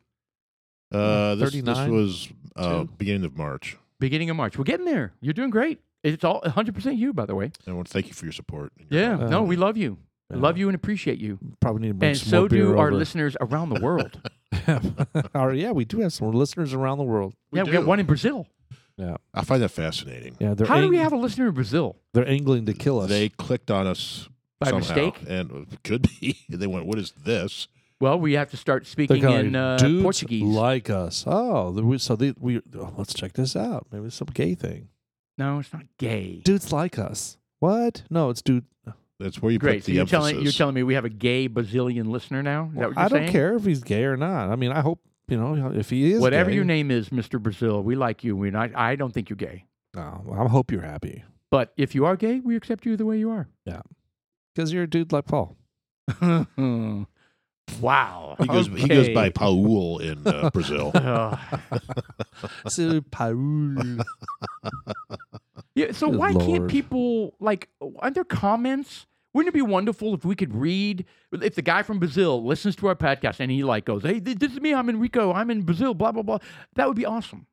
Uh, this, this
39?
was uh,
Two?
beginning of March.
Beginning of March. We're getting there. You're doing great. It's all 100% you, by the way.
I want to thank you for your support. and your
Yeah.
help.
no, we love you.
yeah.
Love you and appreciate you.
probably need to bring
and
some
so
more beer
do our
over. *laughs*
listeners around the world.
Our- yeah, *laughs* we do have some listeners around the world.
yeah, we got
do.
one in Brazil.
Yeah.
I find that fascinating.
Yeah, they're
How do we
ang-
have a listener in Brazil?
they're angling to kill us.
They clicked on us
By
somehow,
mistake?
and it could be *laughs* they went, "What is this?"
Well, we have to start
They're
speaking
going,
in uh,
"Dudes
Portuguese.
like us. Oh, the- we- so they, we oh, let's check this out. Maybe it's some gay thing.
no, it's not gay.
Dudes like us. What? No, it's dude.
That's where you
Great.
put
So
the
you're
emphasis.
telling, you're telling me we have a gay Brazilian listener now? Is that what you're
I don't
saying?
care if he's gay or not. I mean, I hope you know if he is.
Whatever
gay,
your name is, Mr. Brazil, we like you. We're not, I don't think you're gay.
No, I hope you're happy
But if you are gay, we accept you the way
*laughs*
you are.
because you're a dude like Paul.
wow.
he goes he goes
Okay.
by Paul in
*laughs*
uh, Brazil. *laughs*
Ugh.
So Paul.
yeah, so
Good
why can't
Lord.
people like are there comments? Wouldn't it be wonderful if we could read if the guy from Brazil listens to our podcast and he like goes, "Hey, th- this is me. I'm in Rico. I'm in Brazil. Blah blah blah." That would be awesome.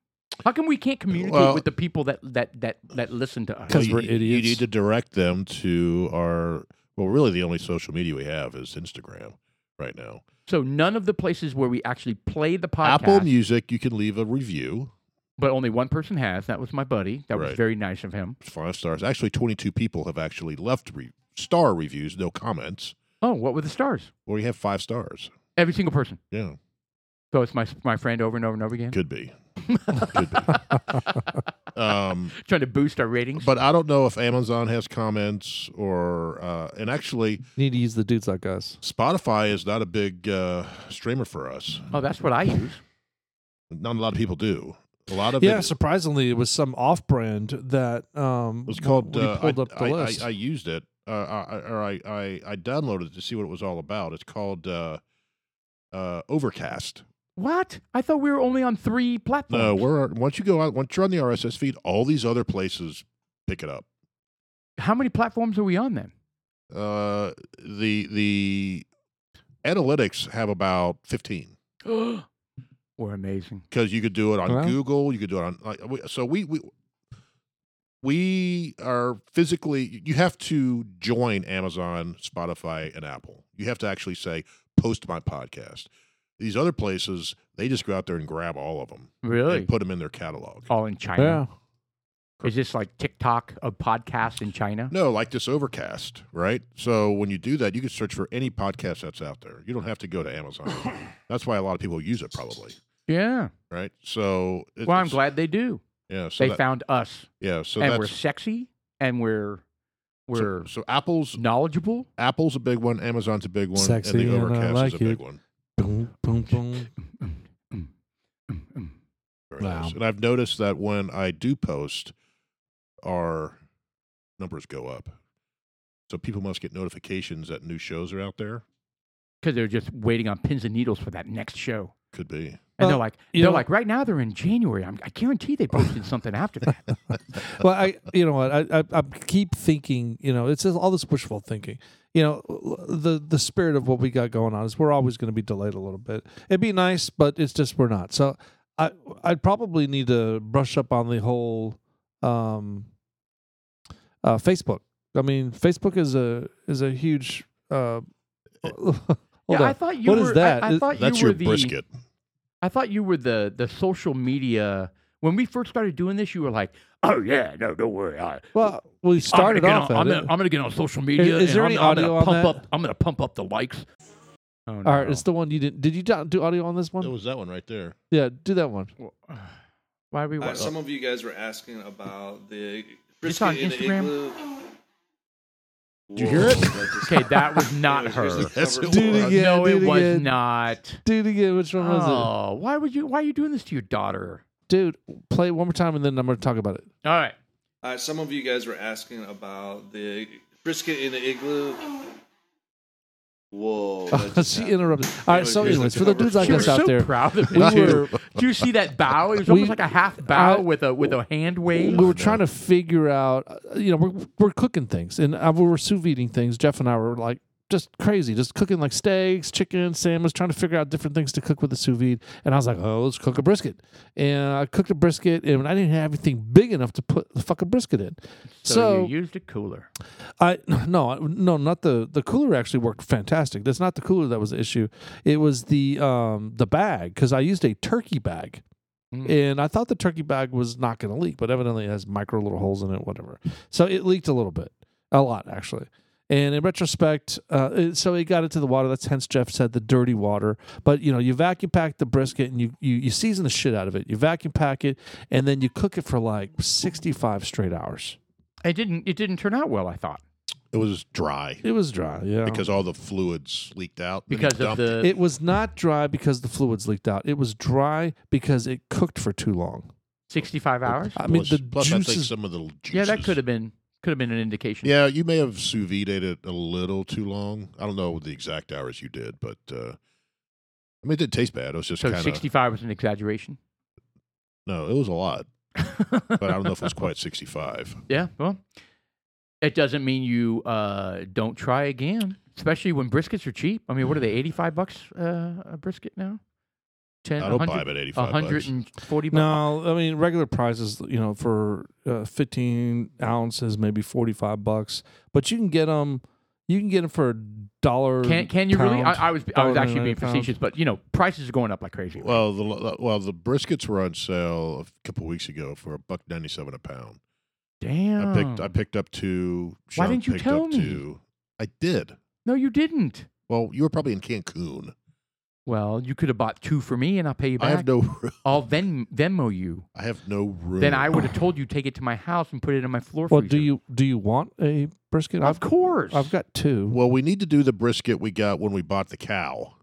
How come we can't communicate
Well-
with the people that that that that listen to us?
'Cause
you-
we're
You
idiots.
need to direct them to our well, really the only social media we have is Instagram right now.
So none of the places where we actually play the podcast,
Apple Music, you can leave a review,
but only one person has. That was my buddy. That was
Right.
very nice of him.
five stars. Actually, twenty two people have actually left re- star reviews, no comments,
Oh, what were the stars?
or you have five stars.
Every single person.
Yeah,
So it's my my friend over and over and over again,
could
*laughs*
be, could
*laughs*
be. Um,
trying to boost our ratings.
but I don't know if Amazon has comments or uh, and actually
*laughs* Need to use the dudes like us.
Spotify is not a big uh, streamer for us.
Oh, that's what I use.
Not a lot of people do. A lot of
Yeah,
it
surprisingly, it was some off-brand that um
It was called.
We
uh,
pulled
I,
up the
I- I-
list.
I, used it, uh, I, I- or I, I, I downloaded it to see what it was all about. It's called uh, uh, Overcast.
What? I thought we were only on three platforms.
No, we're once you go out, once you're on the RSS feed, all these other places pick it up.
How many platforms are we on then?
Uh, the the analytics have about fifteen
we're amazing.
because you could do it on
Wow.
Google, you could do it on. Like, we- so we we we are physically. You have to join Amazon, Spotify, and Apple. You have to actually say post my podcast. These other places, they just go out there and grab all of them
Really?
and put them in their catalog.
All in China.
yeah.
Is this like TikTok of podcasts in China?
No, like this Overcast, right? So when you do that, you can search for any podcast that's out there. You don't have to go to
*coughs*
Amazon. that's why a lot of people use it, probably,
Yeah.
right? So it-
Well, I'm
it's-
glad they do.
Yeah, so
They
that-
found us,
yeah, so
and
that's
we're sexy, and we're
so-
we're
so Apple's *clears throat*
knowledgeable.
Apple's a big one, Amazon's a big one,
Sexy
and
and
the
I
Overcast
like
is a big
it.
one.
Boom, boom, boom.
Very
Wow.
nice. And I've noticed that when I do post, our numbers go up. So people must get notifications that new shows are out there.
Because they're just waiting on pins and needles for that next show.
Could be.
And they're
Uh,
like,
you
they're
know-
like, right now they're in January. I'm, I guarantee they posted something
*laughs*
after that.
well, I you know what I, I I keep thinking you know it's just all this wishful thinking. You know the the spirit of what we got going on is we're always going to be delayed a little bit. It'd be nice, but it's just we're not. So I I'd probably need to brush up on the whole um, uh, Facebook. I mean, Facebook is a is a huge. Uh, hold
yeah, I
on.
thought you
What
were.
is that?
I, I
Is-
thought
That's
you were
your
the,
brisket.
I thought you were the the social media. When we first started doing this, you were like, "Oh yeah, no, don't worry. I,
well, we started
I'm gonna
off.
get
at
on, I'm,
it.
gonna, I'm gonna get on social media.
is
and
there
I'm,
any
I'm gonna
audio on
pump
that?
up? I'm gonna pump up the likes. Oh,
all right,
no.
it's the one you didn't. Did you do do audio on
Oh.
this one?
That was that one right there.
yeah, do that one.
*sighs* Why are we?
Uh,
watching?
some of you guys were asking about the
It's on
brisket in the
Instagram?
igloo.
Did you hear it?
that just-
okay, that was
*laughs*
not
It was
her.
just
Yes,
covered
it
in
Dude,
blood.
again,
no,
do
it
it
was
again.
not.
Dude, again, which one was it?
Oh, why would you? Why are you doing this to your daughter?
dude play it one more time and then i'm going to talk about it
All right.
Uh, some of you guys were asking about the brisket in the igloo. Whoa!
*laughs*
that just
she
happened.
interrupted all right
Dude,
so
here's the
anyways for the
cover.
dudes like
She
Sure,
us
was
out
so
there
proud of
we
it.
were
Do you see that bow? It was
*laughs* We-
almost like a half bow
I-
with a with a hand
we
wave.
were trying to figure out uh, you know we're, we're cooking things and uh, we were sous eating things jeff and i were like just crazy just cooking like steaks chicken sam was trying to figure out different things to cook with the sous vide and i was like oh let's cook a brisket and i cooked a brisket and i didn't have anything big enough to put the fucking brisket in
so,
so-
you used a cooler.
I *laughs* no I- no not the the cooler actually worked fantastic. That's not the cooler that was the issue. It was the um the bag because I used a turkey bag
Mm.
And I thought the turkey bag was not going to leak, but evidently it has micro little holes in it, whatever. So it leaked a little bit, a lot actually. And in retrospect, uh, it, so it got into the water. That's hence Jeff said the dirty water. But you know, you vacuum pack the brisket and you you, you season the shit out of it. You vacuum pack it and then you cook it for like sixty five straight hours.
It didn't. It didn't turn out well. I thought
It was dry
It was dry, yeah.
because all the fluids leaked out. Then he
because
dumped
of the
it was not dry because the fluids leaked out. It was dry because it cooked for too long.
Oh,
65 hours.
I mean,
plus,
the
plus I think
juices.
some of the juices.
Yeah, that could have been could have been an indication.
Yeah, you may have sous vide it a little too long. I don't know the exact hours you did, but uh, I mean, it did taste bad. It was just
So
kind of
65 was an exaggeration.
no, it was a
*laughs*
lot, but I don't know if it was quite sixty-five.
Yeah, well, it doesn't mean you uh, don't try again, especially when briskets are cheap. I mean, what are
Mm.
they, 85 bucks uh, a brisket now? 10,
I don't
100,
buy them at eighty-five. bucks.
140 bucks.
No, I mean regular prices. You know, for uh, fifteen ounces, maybe forty five bucks. But you can get them. You can get them for a dollar.
Can, can you really?
pound.
I, I was I was
Dollar
actually being
99 pound.
facetious, but you know prices are going up like crazy.
Well, the lo- well the briskets were on sale a couple weeks ago for a buck ninety-seven a pound.
damn.
I picked I picked up two.
Oh. Why
Sean
didn't you
picked
tell
up
me?
Two. I did.
no, you didn't.
Well, you were probably in Cancun.
Well, you could have bought two for me, and I'll pay you back.
I have no. *laughs*
I'll Ven- Venmo you.
I have no room.
Then I would
Oh.
have told you take it to my house and put it in my floor.
Well,
freezer.
do you do you want a brisket?
Of course.
I've got two.
Well, we need to do the brisket we got when we bought the cow.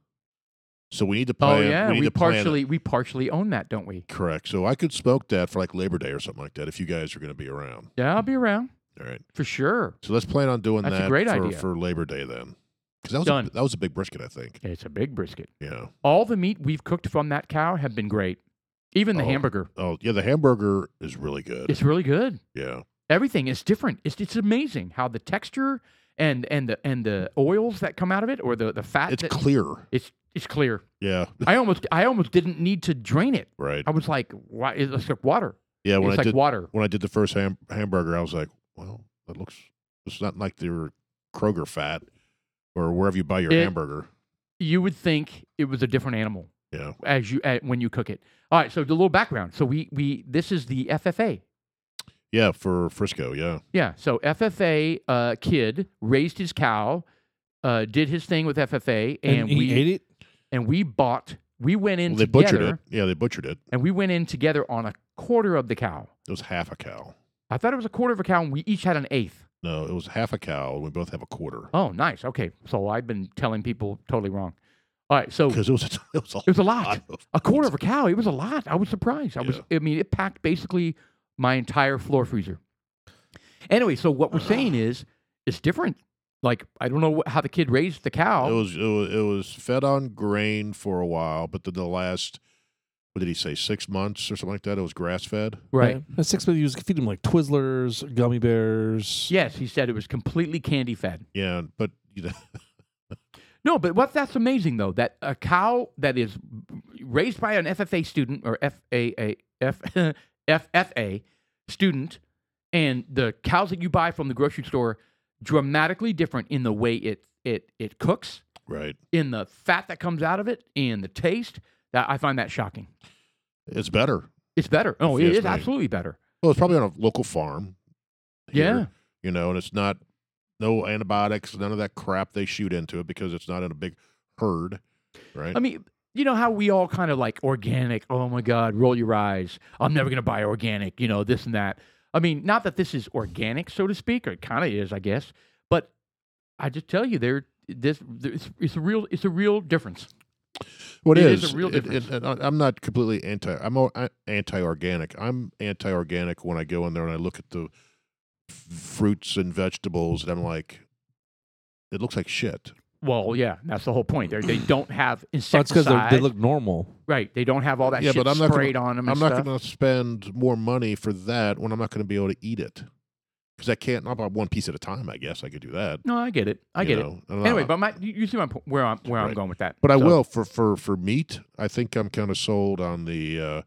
So we need to
Oh
plan.
yeah,
we need
we
to plan it.
partially we partially own that, don't we?
correct. So I could smoke that for like Labor Day or something like that if you guys are going to be around.
Yeah, I'll be around
All right.
for sure.
So let's plan on doing
That's a
that
great
for,
idea.
for Labor Day then, because that was
Done.
A, that was a big brisket, I think.
It's a big brisket.
Yeah.
All the meat we've cooked from that cow have been great. Even the
Oh.
hamburger,
Oh yeah, the hamburger is really good.
it's really good.
yeah.
Everything is different. It's it's amazing how the texture and and the and the oils that come out of it or the the fat.
It's
that-
clear.
It's it's clear.
Yeah.
I almost I almost didn't need to drain it.
Right.
I was like, why? It's like water.
Yeah. When
it's
I
like
did
water.
when I did the first ham- hamburger, I was like, well, that looks it's not like their Kroger fat or wherever you buy your
It-
hamburger.
You would think it was a different animal.
Yeah.
as you uh, when you cook it. All right, so the little background. So we we this is the FFA.
Yeah, for Frisco. Yeah.
Yeah, so FFA uh, kid raised his cow, uh, did his thing with FFA, and,
he
we
ate it.
and we bought. We went in
Well, they
together,
butchered it. Yeah, they butchered it.
and we went in together on a quarter of the cow.
It was half a cow.
I thought it was a quarter of a cow, and we each had an eighth.
No, it was half a cow. and We both have a quarter
Oh, nice. Okay, so I've been telling people totally wrong. All right, so
because it was *laughs* a, it was a,
was a lot.
of-
Oh. a quarter of a cow. It was a lot. I was surprised. I was. I mean, it packed basically my entire floor freezer. Anyway, so what
*sighs*
we're saying is, it's different. Like I don't know wh- how the kid raised the cow.
It was it was it was fed on grain for a while, but then the last what did he say six months or something like that? It was grass fed.
right.
Yeah. At six months, you just feed them like Twizzlers, gummy bears.
Yes, he said it was completely candy fed.
Yeah, but you know, *laughs*
No, but what that's amazing though that a cow that is raised by an FFA student or FAA F, *laughs* FFA student and the cows that you buy from the grocery store dramatically different in the way it it it cooks
right?
in the fat that comes out of it and the taste that I find that shocking.
It's better.
It's better. Oh, it
Yes,
is
mate.
absolutely better.
Well, it's probably on a local farm.
Yeah.
here, you know, and it's not no antibiotics, none of that crap they shoot into it because it's not in a big herd, right?
I mean, you know how we all kind of like organic. Oh my God, roll your eyes. I'm never going to buy organic, you know, this and that. I mean, not that this is organic, so to speak, or it kind of is, I guess. But I just tell you, there, this, there- it's, it's a real, it's a real difference.
What
It is a
is-
real
it- it-
difference.
and I- I'm not completely anti. I'm o- I- anti-organic. I'm anti-organic when I go in there and I look at the f- fruits and vegetables, and I'm like, it looks like shit.
Well, yeah, that's the whole point. They're, they don't have
Oh, it's because
insecticides.
they look normal.
right. They don't have all that
Yeah,
shit
but I'm not gonna-
sprayed on them.
I'm not going to spend more money for that when I'm not going to be able to eat it because I can't. I'll buy one piece at a time. I guess I could do that.
No, I get it. I get it. Anyway, but my, you, you see my, po- where I'm where I'm
Right.
going with that.
But I
So-
will for for for meat. I think I'm kind of sold on the. Uh,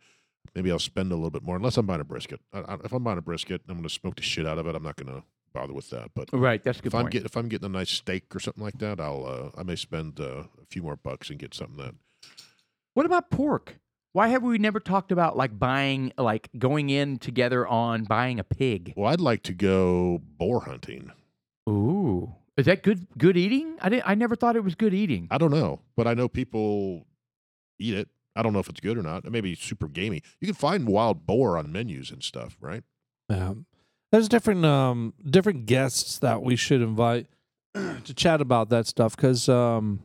maybe I'll spend a little bit more unless I'm buying a brisket. I, I, if I'm buying a brisket, I'm going to smoke the shit out of it. I'm not going to bother with that. But
Right, that's a Oh, good
if I'm
point.
get, if I'm getting a nice steak or something like that, I'll uh, I may spend uh, a few more bucks and get something that
what about pork? Why have we never talked about like buying, like going in together on buying a pig?
Well, I'd like to go boar hunting.
Ooh, is that good? Good eating? I didn't. I never thought it was good eating.
I don't know, but I know people eat it. I don't know if it's good or not. It may be super gamey. You can find wild boar on menus and stuff, right?
Um, there's different um, different guests that we should invite *clears throat* to chat about that stuff because um,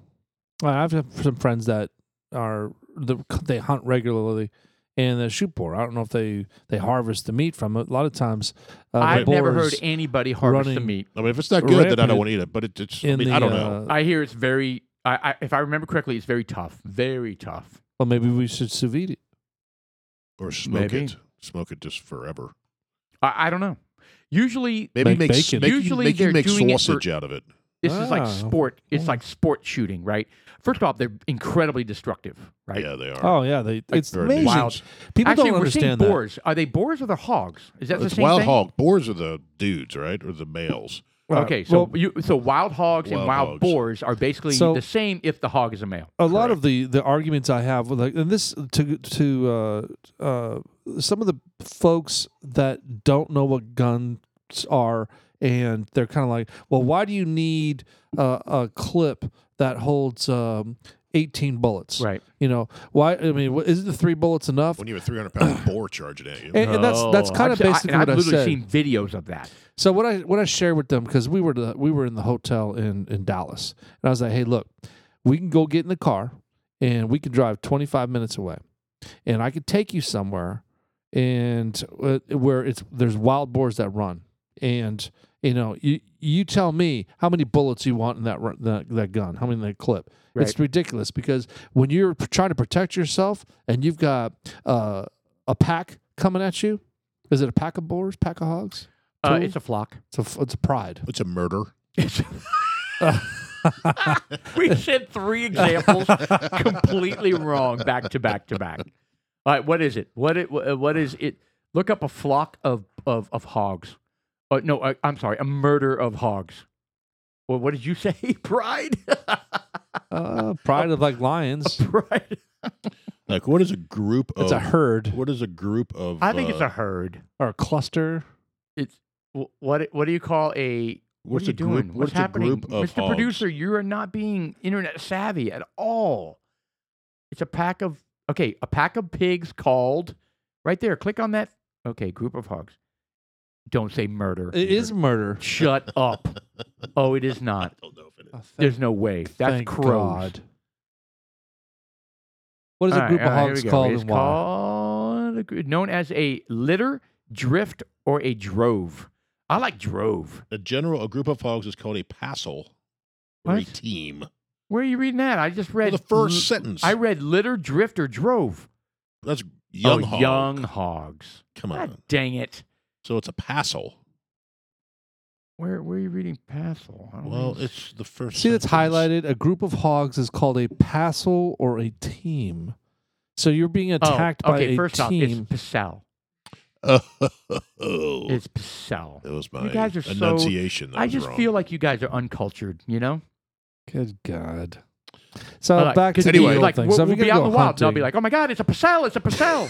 I have some friends that are the, they hunt regularly and they shoot boar. I don't know if they they harvest the meat from it. A lot of times, uh, the
I've never
boar
heard
is
anybody harvest the
running
meat.
I mean, if it's not good, then I
Rampant
don't want to eat it. But it, it's, I
in
mean,
the,
I don't know.
uh,
I hear it's very. I, I if I remember correctly, it's very tough. Very tough.
well, maybe we should sous vide it.
Or smoke
maybe.
it. Smoke it just forever.
I, I don't know. Usually,
Maybe
Make
make, s-
bacon.
make-
Usually
make you
they're
make
doing it for-
sausage out of it.
this is like
Ah,
sport. It's
yeah.
like sport shooting, right? First off, they're incredibly destructive, right?
Yeah, they are.
Oh yeah, they it's
very
amazing.
wild.
People
Actually,
don't
we're
understand
seeing
that.
boars. Are they boars or they're hogs? Is that the
it's
same
wild
thing?
hog. Boars are the dudes, right? Or the males.
Uh,
Okay, so
well,
you so wild hogs and
Wild
wild
hogs.
boars are basically
So-
the same if the hog is a male.
a lot of the the arguments I have, with, like, and this to to uh, uh, some of the folks that don't know what guns are, and they're kind of like, well, why do you need uh, a clip that holds um, eighteen bullets?
Right.
You know why? I mean, wh- isn't the three bullets enough?
When you have a 300 pound *coughs* boar charging at you.
And, and that's that's
Oh,
kind
I've se-
of
I- and
basically
I've
what I
literally
said.
seen videos of that.
So what I what I shared with them because we were the, we were in the hotel in in Dallas, and I was like, "Hey, look, we can go get in the car, and we can drive 25 minutes away, and I could take you somewhere, and uh, where it's there's wild boars that run, and you know you you tell me how many bullets you want in that run- that, that gun, how many in that clip." It's
Right.
ridiculous because when you're p- trying to protect yourself and you've got uh, a pack coming at you, is it a pack of boars, pack of hogs?
Uh,
Two?
it's a
*laughs*
flock. *laughs*
It's a, it's a pride.
It's a murder.
we said three examples completely wrong back to back to back. All right, what is it? What it? wha- What is it? Look up a flock of of of hogs. Uh, no, I, I'm sorry, a murder of hogs. Well, what did you say? *laughs* Pride,
Uh, pride of like lions.
pride.
Like, what is a group of.
It's a herd
What is a group of.
I think it's
uh,
a herd.
or a cluster.
It's wh- what? What do you call a? What
What's
are you
a group?
doing? What's
what's a
happening,
group of
Mr. Producer? You are not being internet savvy at all. It's a pack of okay, a pack of pigs called right there. Click on that. Okay, group of hogs. Don't say murder.
It is murder.
Shut up. Oh, it is
*laughs* I
not.
don't know if it is.
There's no way. That's
Oh, Thank
crows.
God. What is
All
a
right,
group
all right,
of
here we go.
hogs called
It's
and why?
called a gr- known as a litter, drift, or a drove. I like drove.
A general, a group of hogs is called a passel or a
What?
team.
Where are you reading that? I just
Well,
read
the first
l-
sentence.
I read litter, drift, or drove.
That's young
oh,
hog.
young hogs.
Come on.
God dang it.
So it's a passel.
Where where are you reading Passel? I don't
Well,
even
it's the first.
See, that's
sentence. *laughs*
highlighted. A group of hogs is called a passel or a team. So you're being attacked
oh, okay,
by a
first off, it's
team.
Passel.
Oh,
It's Passel.
that was my
You guys are so-
enunciation. that
I
was
just
wrong.
feel like you guys are uncultured, you know?
Good God. So
All right,
back to
'cause
the
Anyway.
old
like,
thing.
We'll,
so if
we'll
you're
be
gonna
out in
go
the wild. They'll be
hunting-
like, oh my God, it's a Passel. It's a Passel.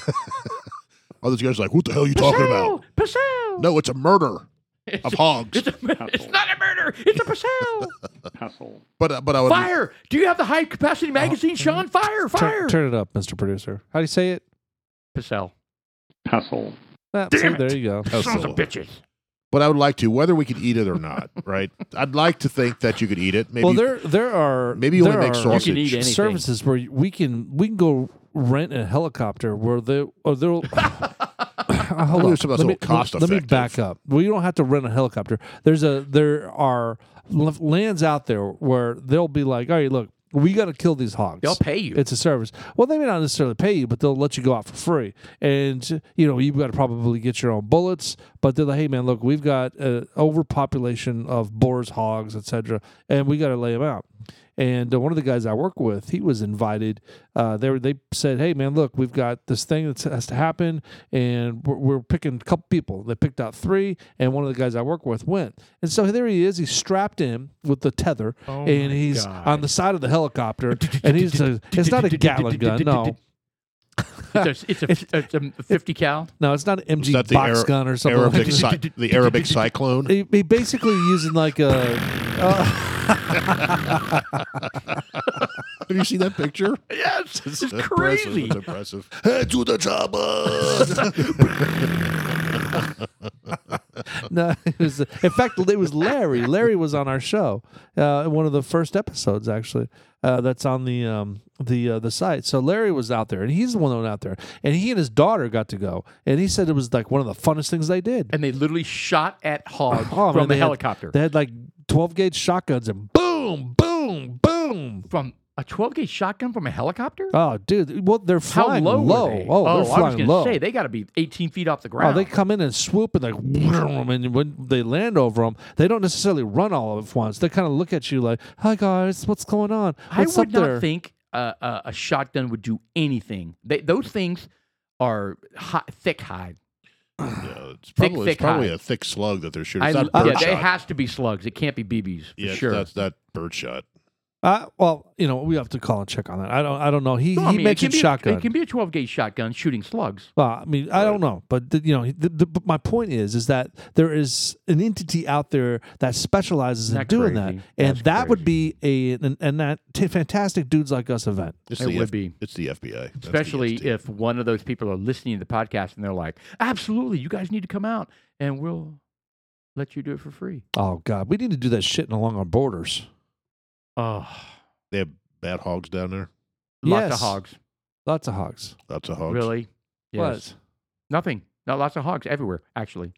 all those Oh, guys are like, "What the hell are you *laughs* talking about?"
Passel.
No, it's a murder
It's,
of hogs.
it's, a,
*laughs*
it's not a murder. It's a Passel.
Hustle.
but uh, but I would
fire. Do you have the high capacity
Oh, mm.
magazine, Sean? Fire.
Tur-
Fire.
turn it up, Mr. Producer. How do you say it?
Passel.
Hustle.
Ah,
Damn
so
it.
there you go.
Oh,
Sons of
Passel.
bitches.
But I would like to, whether we could eat it or not, *laughs* right? I'd like to think that you could eat it. Maybe
well, there there are
maybe you
there
only make
are-
sausage.
You can eat anything.
services where we can we can go rent a helicopter where they or
*laughs*
they'll *coughs* hold
do
on.
something that's a little cost
let me
effective.
back up. We don't have to rent a helicopter. There's a there are l- lands out there where they'll be like, all right, look, we got to kill these hogs.
They'll pay you.
It's a service. Well, they may not necessarily pay you, but they'll let you go out for free. And you know, you've got to probably get your own bullets. But they're like, hey man, look, we've got an overpopulation of boars, hogs, etc., and we got to lay them out. And uh, one of the guys I work with, he was invited. Uh, they were, they said, hey man, look, we've got this thing that has to happen, and we're, we're picking a couple people. They picked out three, and one of the guys I work with went. And so there he is. He's strapped in with the tether,
Oh
and
my
he's
God. *laughs*
on the side of the helicopter, and he's a, it's not a Gatling gun, no.
It's a, it's a, it's a 50 cal.
No, it's not an
Is
MG
that
box
the Ara-
gun or something.
Arabic
like that.
cy- the
*laughs*
Arabic cyclone?
He, he basically using like a. *laughs*
Have you seen that *laughs* picture?
Yes, this is
Impressive.
crazy.
It's impressive. Hey, to the uh. chopper!
No, it was. In fact, it was Larry. Larry was on our show, uh, in one of the first episodes actually. Uh, that's on the um, the uh, the site. So Larry was out there, and he's the one that went out there, and he and his daughter got to go, and he said it was like one of the funnest things they did.
And they literally shot at hogs
Oh, man,
from
they
a
had-
helicopter.
They had like twelve gauge shotguns, and boom, boom, boom.
from a 12 gauge shotgun from a helicopter?
Oh, dude! Well, they're
How
flying
low?
low.
Were they?
Oh,
I
they're flying
was gonna
low.
say they got to be 18 feet off the
Oh,
ground.
they come in and swoop and like, vroom, and when they land over them, they don't necessarily run all at once. They kind of look at you like, "Hi guys, what's going on?
I
What's
would
up
not
there?"
think uh, uh, a shotgun would do anything. They, those things are hot, thick hide.
yeah, it's probably, it's
thick
probably
hide.
a thick slug that they're shooting.
I,
It's not
yeah,
birdshot.
it has to be slugs. It can't be BBs for
yeah, it's
sure.
not that birdshot.
Uh, well, you know, we have to call and check on that. I don't. I don't know. He
No,
he
I mean, it can
mentioned
be,
shotgun.
It can be a 12 gauge shotgun shooting slugs.
well, I mean, I don't know, but the, you know, the, the, but my point is, is that there is an entity out there that specializes in
Isn't that
doing
crazy?
that, and
That's
that would be a an, an, that t- fantastic dudes like us event.
It's
It
the
would
F-
be.
It's the FBI. That's the
Especially
entity.
if one of those people are listening to the podcast and they're like, absolutely, you guys need to come out and we'll let you do it for free.
Oh God, we need to do that shitting along our borders.
Oh,
they have bad hogs down there.
lots
Yes.
of hogs.
Lots of hogs.
Lots of hogs.
Really? Yes.
What?
Nothing. Not lots of hogs everywhere, actually.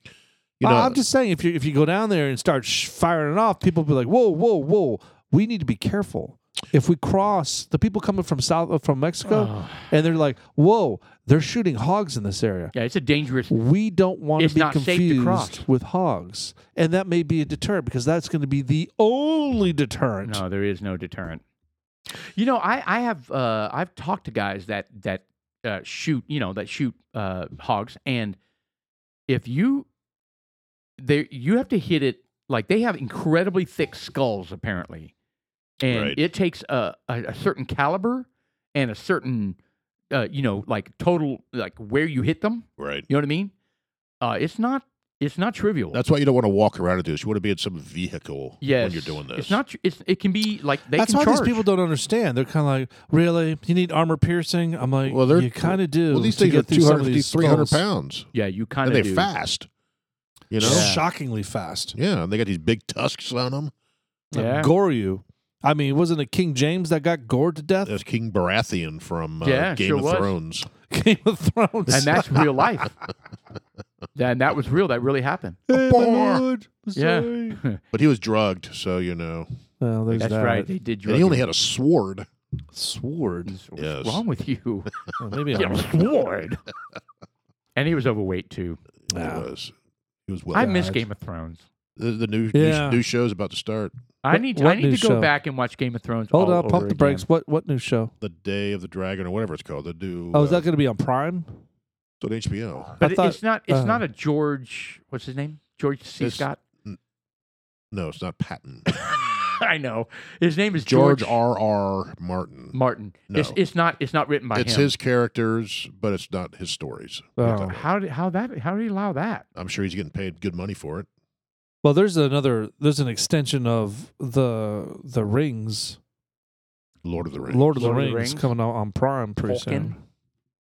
You know,
I- I'm just saying, if you if you go down there and start sh- firing it off, people will be like, "Whoa, whoa, whoa! We need to be careful." If we cross the people coming from south uh, from Mexico,
Oh.
and they're like, "Whoa, they're shooting hogs in this area."
Yeah, it's a dangerous.
We don't want
It's
to be
not safe to
confused
cross.
with hogs, and that may be a deterrent because that's going to be the only deterrent.
No, there is no deterrent. You know, I, I have uh, I've talked to guys that that uh, shoot you know that shoot uh, hogs, and if you they you have to hit it like they have incredibly thick skulls apparently, and
Right.
it takes a, a, a certain caliber and a certain uh, you know like total like where you hit them.
right.
You know what I mean? Uh, it's not it's not trivial.
That's why you don't want to walk around and do this. You want to be in some vehicle
yes.
when you're doing this.
It's not. tr- It's it can be like they
That's
can
why
charge.
these people don't understand. They're kind of like, "Really, you need armor piercing?" I'm like,
Well,
"Well,
they're-
you kind of do."
Well, these
to
things
get
are
through some of
200,
these
300
skulls."
pounds.
Yeah, you kind
And
of
they
do.
fast. You know?
Yeah.
Shockingly fast.
Yeah, and they got these big tusks on
*laughs*
them.
that
Yeah.
gore you. I mean, wasn't it King James that got gored to death?
That's King Baratheon from uh,
Yeah,
Game
sure
of
was.
Thrones.
*laughs* Game of Thrones.
and that's
*laughs*
real life. and that was real. That really happened.
Hey, my lord,
Yeah.
sorry.
But he was drugged, so you know.
Well, there's
That's
that.
right. They did.
And he only had a sword.
Sword.
What's
Yes.
wrong with
*laughs*
you?
Well, maybe
You
I'm
have a sword. And he was overweight too.
Yeah.
He was. He was well.
I miss
God.
Game of Thrones.
the, the new,
Yeah.
new new show's about to start.
I
What-
need. To,
what
I need
new
to go
show?
back and watch Game of Thrones.
Hold
all
up,
over
pump the
again.
brakes. What what new show?
The Day of the Dragon or whatever it's called. The new
Oh, is
uh,
that going to be on Prime?
it's on HBO.
But
I
it-
thought-
it's not. It's
uh,
not a George. What's his name? George C.
It's-
Scott. *laughs*
No, it's not Patton.
I know his name is
George
George,
R. R. Martin.
Martin. It's,
No.
it's not. It's not written by
It's
him.
his characters, but it's not his stories.
Oh.
How did how that how did he allow that?
I'm sure he's getting paid good money for it.
Well, there's another. There's an extension of the the Rings.
Lord of the Rings.
Lord of the
Lord of
Rings,
the Rings.
coming out on Prime pretty soon.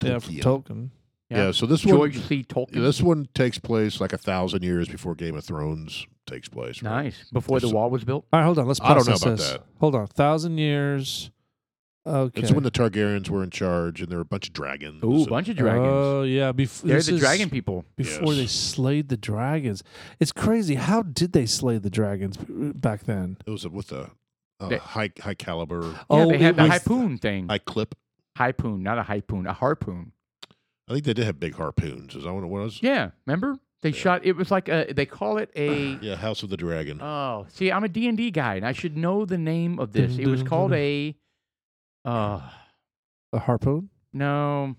Yeah, from
Tolkien.
Tolkien.
Yeah. so this
George
one
C. Tolkien.
this one takes place like a thousand years before Game of Thrones takes place. right?
nice. Before the
There's-
wall was built.
All right, hold on. Let's
I don't
process
know about
this.
that.
Hold on. Thousand years. Okay.
It's when the Targaryens were in charge, and there were a bunch of dragons.
Ooh,
and-
bunch of dragons.
Oh yeah, bef-
They're
this
the
is-
dragon people.
before they
Yes.
slayed the dragons. It's crazy. How did they slay the dragons b- back then?
It
Oh,
was with a, a
They-
high high caliber,
yeah, they
it
had the
was-
harpoon thing.
high clip.
Hypoon, not a hypoon, a harpoon.
I think they did have big harpoons. Is that what it was?
Yeah, remember they shot. It was like a. They call it *sighs* a.
Yeah, House of the Dragon.
Oh, see, I'm a D and D guy, and I should know the name of this. It was called a. Uh,
A harpoon?
no,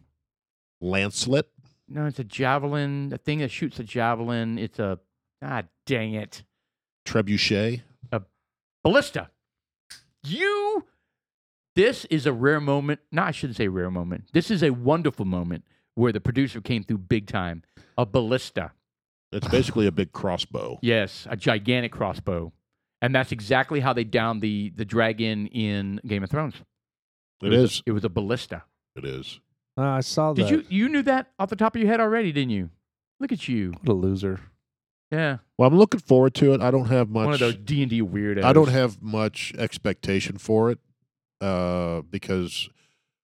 Lancelet.
no, it's a javelin. A thing that shoots a javelin. It's a. Ah, dang it,
Trebuchet.
ballista. You This is a rare moment. No, I shouldn't say rare moment. This is a wonderful moment where the producer came through big time. A ballista.
It's basically a big *laughs* crossbow.
Yes, a gigantic crossbow. And that's exactly how they downed the, the dragon in Game of Thrones.
It is.
It was a ballista.
It is.
Uh, I saw
Did
that.
you you knew that off the top of your head already, didn't you? Look at you.
What a loser.
Yeah.
Well, I'm looking forward to it. I don't have much.
One of those D and D weirdos.
I don't have much expectation for it uh, because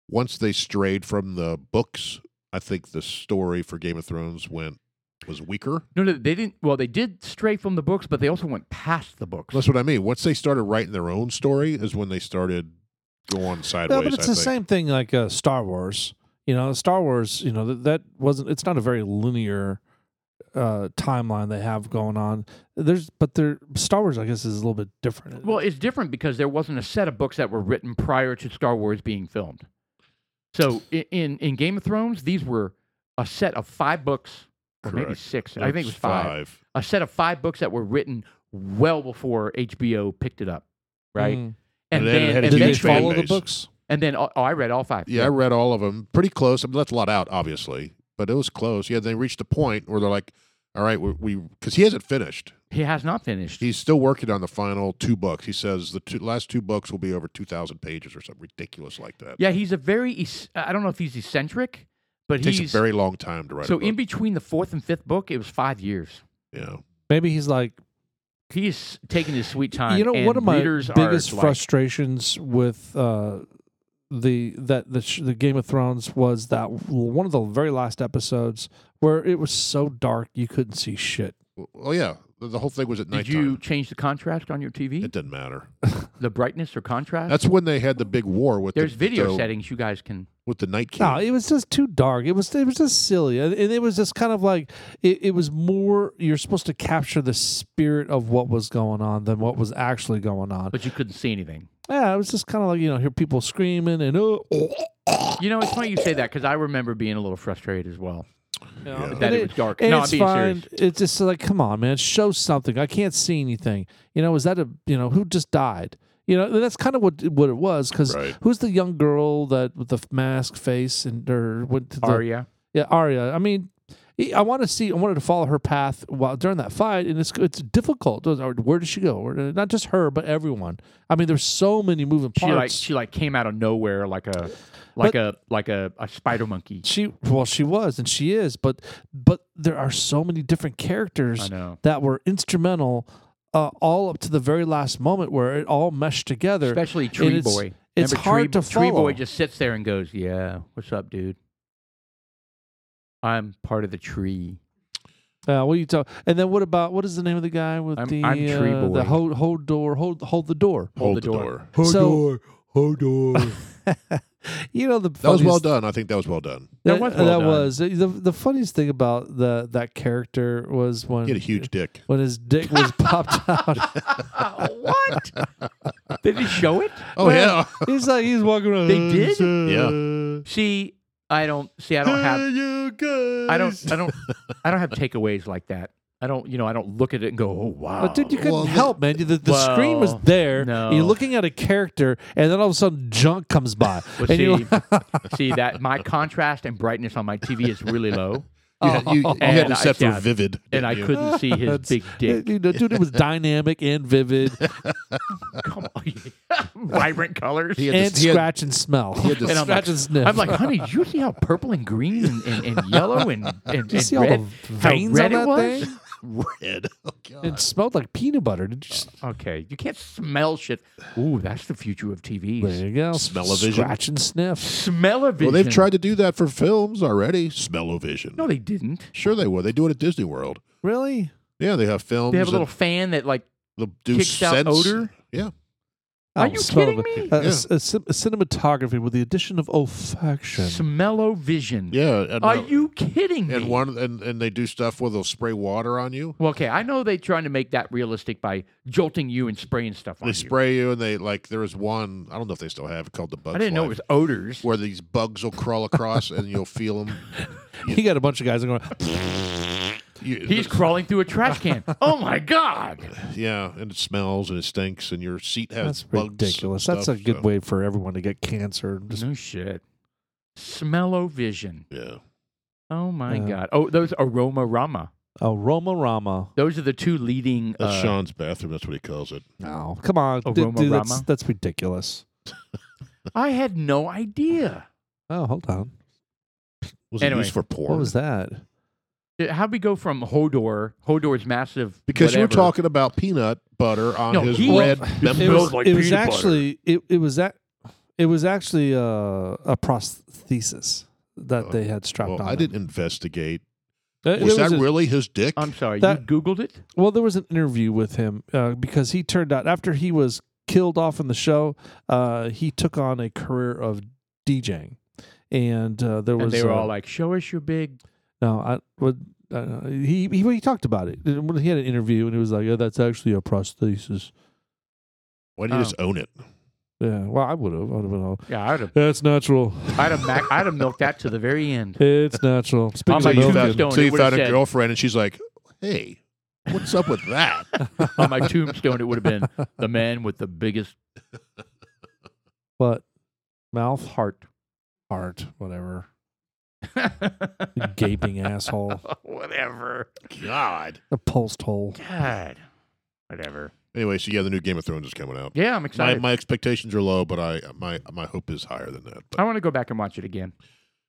once they strayed from the books, I think the story for Game of Thrones went was weaker.
No, no, they didn't. Well, they did stray from the books, but they also went past the books.
That's what I mean. Once they started writing their own story, is when they started going sideways.
No, but it's
I
the
think.
same thing like uh, Star Wars. You know, Star Wars. You know that, that wasn't. It's not a very linear uh, timeline they have going on. There's, but their Star Wars, I guess, is a little bit different. Mm.
Well, it's different because there wasn't a set of books that were written prior to Star Wars being filmed. So i- in in Game of Thrones, these were a set of five books, or maybe
Correct.
six. I think it
It's
was five. A set of five books that were written well before HBO picked it up, right?
Mm.
And
And,
it
then
had a
and
Did
huge
they
then,
fan
follow the
base.
books?
and then oh, oh, I read all five.
Yeah, I read all of them. Pretty close. I mean, that's a lot out, obviously, but it was close. Yeah, they reached a point where they're like, "All right, we because he hasn't finished.
he has not finished.
He's still working on the final two books. He says the two, last two books will be over two thousand pages or something ridiculous like that.
yeah, he's a very. ec- I don't know if he's eccentric, but
it takes
he's
a very long time to write.
so
a
in
book.
between the fourth and fifth book, it was five years.
yeah,
Maybe he's like,
He's taking his sweet time.
you know,
and
one of my
readers are
biggest
like-
frustrations with uh, the that the sh- the Game of Thrones was that one of the very last episodes where it was so dark you couldn't see shit.
Well, oh yeah, the, the whole thing was at
Did
nighttime.
you change the contrast on your TV?
It didn't matter.
the brightness or contrast?
That's when they had the big war with
There's
the,
video
the-
settings you guys can.
with the night king.
No, it was just too dark. It was it was just silly, and, and it was just kind of like it, it was more. You're supposed to capture the spirit of what was going on than what was actually going on.
But you couldn't see anything.
yeah, it was just kind of like you know hear people screaming and oh, oh,
You know, it's funny you say that because I remember being a little frustrated as well
you know,
Yeah.
and
that it,
it-
was dark.
and
No, I'm
it's
being
fine.
serious.
It's just like come on, man, show something. I can't see anything. You know, is that a you know who just died? You know, that's kind of what what it was because
Right.
who's the young girl that with the mask face and or went to the
Aria.
Yeah, Arya. I mean, e, I- I want to see. I wanted to follow her path while during that fight, and it's it's difficult. Those are- Where did she go? Where- Not just her, but everyone. I mean, there's so many moving
She like
parts.
she like came out of nowhere like a like a like a, a spider monkey.
she well, she was and she is, but but there are so many different
I
characters
know.
that were instrumental, uh, all up to the very last moment where it all meshed together.
Especially Tree
it's-
Boy.
it's
Remember
hard
Tree,
to
Tree
follow.
Boy just sits there and goes, "Yeah, what's up, dude? I'm part of the tree."
Uh, what are you talking? And then what about what is the name of the guy with
I'm-
the
I'm Tree
uh,
Boy.
the hold hold door hold hold the door?
hold,
the
the
door.
door.
so, *laughs* you know the
That was well
funniest-
done. I think that was well done.
That was well
that
done.
was the the funniest thing about the that character was when
He had a huge dick.
when his
*laughs*
dick was popped out.
what? Did he show it?
Oh
Well,
yeah,
He's like he's walking around.
They
*laughs*
did?
Yeah.
*laughs* See, I don't see. I don't
*laughs*
have.
you guys.
I don't.
*laughs*
I don't. I don't have takeaways like that. I don't. You know. I don't look at it and go, "Oh wow."
But dude, you couldn't
Well, the-
help, man. The, the screen was
Well,
there.
no.
You're looking at a character, and then all of a sudden, junk
*laughs*
comes by.
Well,
and *laughs* you're
see,
*laughs*
see that my contrast and brightness on my TV is really low,
You had, you, you had
And
it
I-
set for
yeah.
vivid, didn't
and I
you?
*laughs*
*laughs*
couldn't see his
That's-
big dick.
you know,
*laughs*
dude, it was dynamic and vivid,
Come on, *laughs* vibrant colors.
He had
and
this- he had-
scratch and smell,
had this-
and
And
I'm
*laughs* scratch
like-
and sniff.
I'm
*laughs*
like, honey, did you see how purple and green and, and, and
*laughs*
yellow and and,
you
and
see all
red?
the
how
veins on
red it
that
was? *laughs*
thing?
red. Oh god.
It smelled like peanut butter. Did you? s-
Okay, you can't smell shit. Ooh, that's the future of TVs.
There you go.
Smell-o-vision.
Scratch and sniff.
Smell of
well,
vision.
they've tried to do that for films already. Smell-o-vision.
No, they didn't.
sure they would. They do it at Disney World.
Really?
Yeah, they have films.
They have a little
that-
fan that like
they'll do
kicks out
scents.
odor?
Yeah,
Are
Oh,
you
smell
kidding
of it.
me?
Uh, a c- a cin- a cinematography with the addition of olfaction. *laughs*
Smellovision.
yeah. And,
Are
uh,
you kidding me?
And one and, and they do stuff where they'll spray water on you.
well, okay, I know they're trying to make that realistic by jolting you and spraying stuff on
They
you.
spray you, and they like there was one. I don't know if they still have it called the bug.
I didn't know it was odors.
where these bugs will crawl across and you'll feel them.
You got a bunch of guys that are going.
you,
He's crawling through a trash
*laughs*
can. oh my god!
yeah, and it smells and it stinks, and your seat has
That's
bugs. and
ridiculous. That's a
stuff,
good
so,
way for everyone to get cancer. Just
No shit. Smell-o-vision.
Yeah,
Oh my
Yeah.
god. Oh, those aroma rama.
aroma rama.
Those are the two leading.
that's
uh,
Sean's bathroom. That's what he calls it.
No, come on, d-
Aroma
dude, that's
Rama?
that's ridiculous.
I had no idea.
Oh, hold on.
Was it
Anyway,
used for porn?
What was that?
How Uh, we go from Hodor, Hodor's massive
Because you were
whatever-
talking about peanut butter on
No,
his
he-
red
Well,
It
member.
was,
smells like
it was
peanut butter.
actually it, it was that it was actually uh, a prosthesis that
Oh,
they had strapped
Well,
on.
I
him.
didn't investigate.
There-
Was
there
that
a-
really his dick?
I'm sorry,
That-
you googled it.
Well, there was an interview with him uh, because he turned out after he was killed off in the show, uh, he took on a career of DJing, and uh, there was
And they were
uh,
all like, "Show us your big."
no, I would. Uh, he he he talked about it. When He had an interview and he was like, "Yeah, that's actually a prosthesis."
Why didn't you just own it?
Yeah, well, I would have. I would have been all.
Yeah, I'd have,
That's natural.
I'd have, mac- I'd have milked that to the very end.
It's *laughs* natural. Speaking
I'm like,
of
you
milking,
guys don't-
so
it
you
would've
found a
said-
girlfriend, and she's like, "Hey, what's up with that?" *laughs*
On my tombstone, it would have been the man with the biggest *laughs*
but mouth,
heart.
heart, whatever, You gaping *laughs* asshole,
whatever.
God.
a post hole.
God, whatever.
Anyway, so yeah, the new Game of Thrones is coming out.
Yeah, I'm
My,
excited.
my expectations are low, but I my my hope is higher than that. But
I want to go back and watch it again.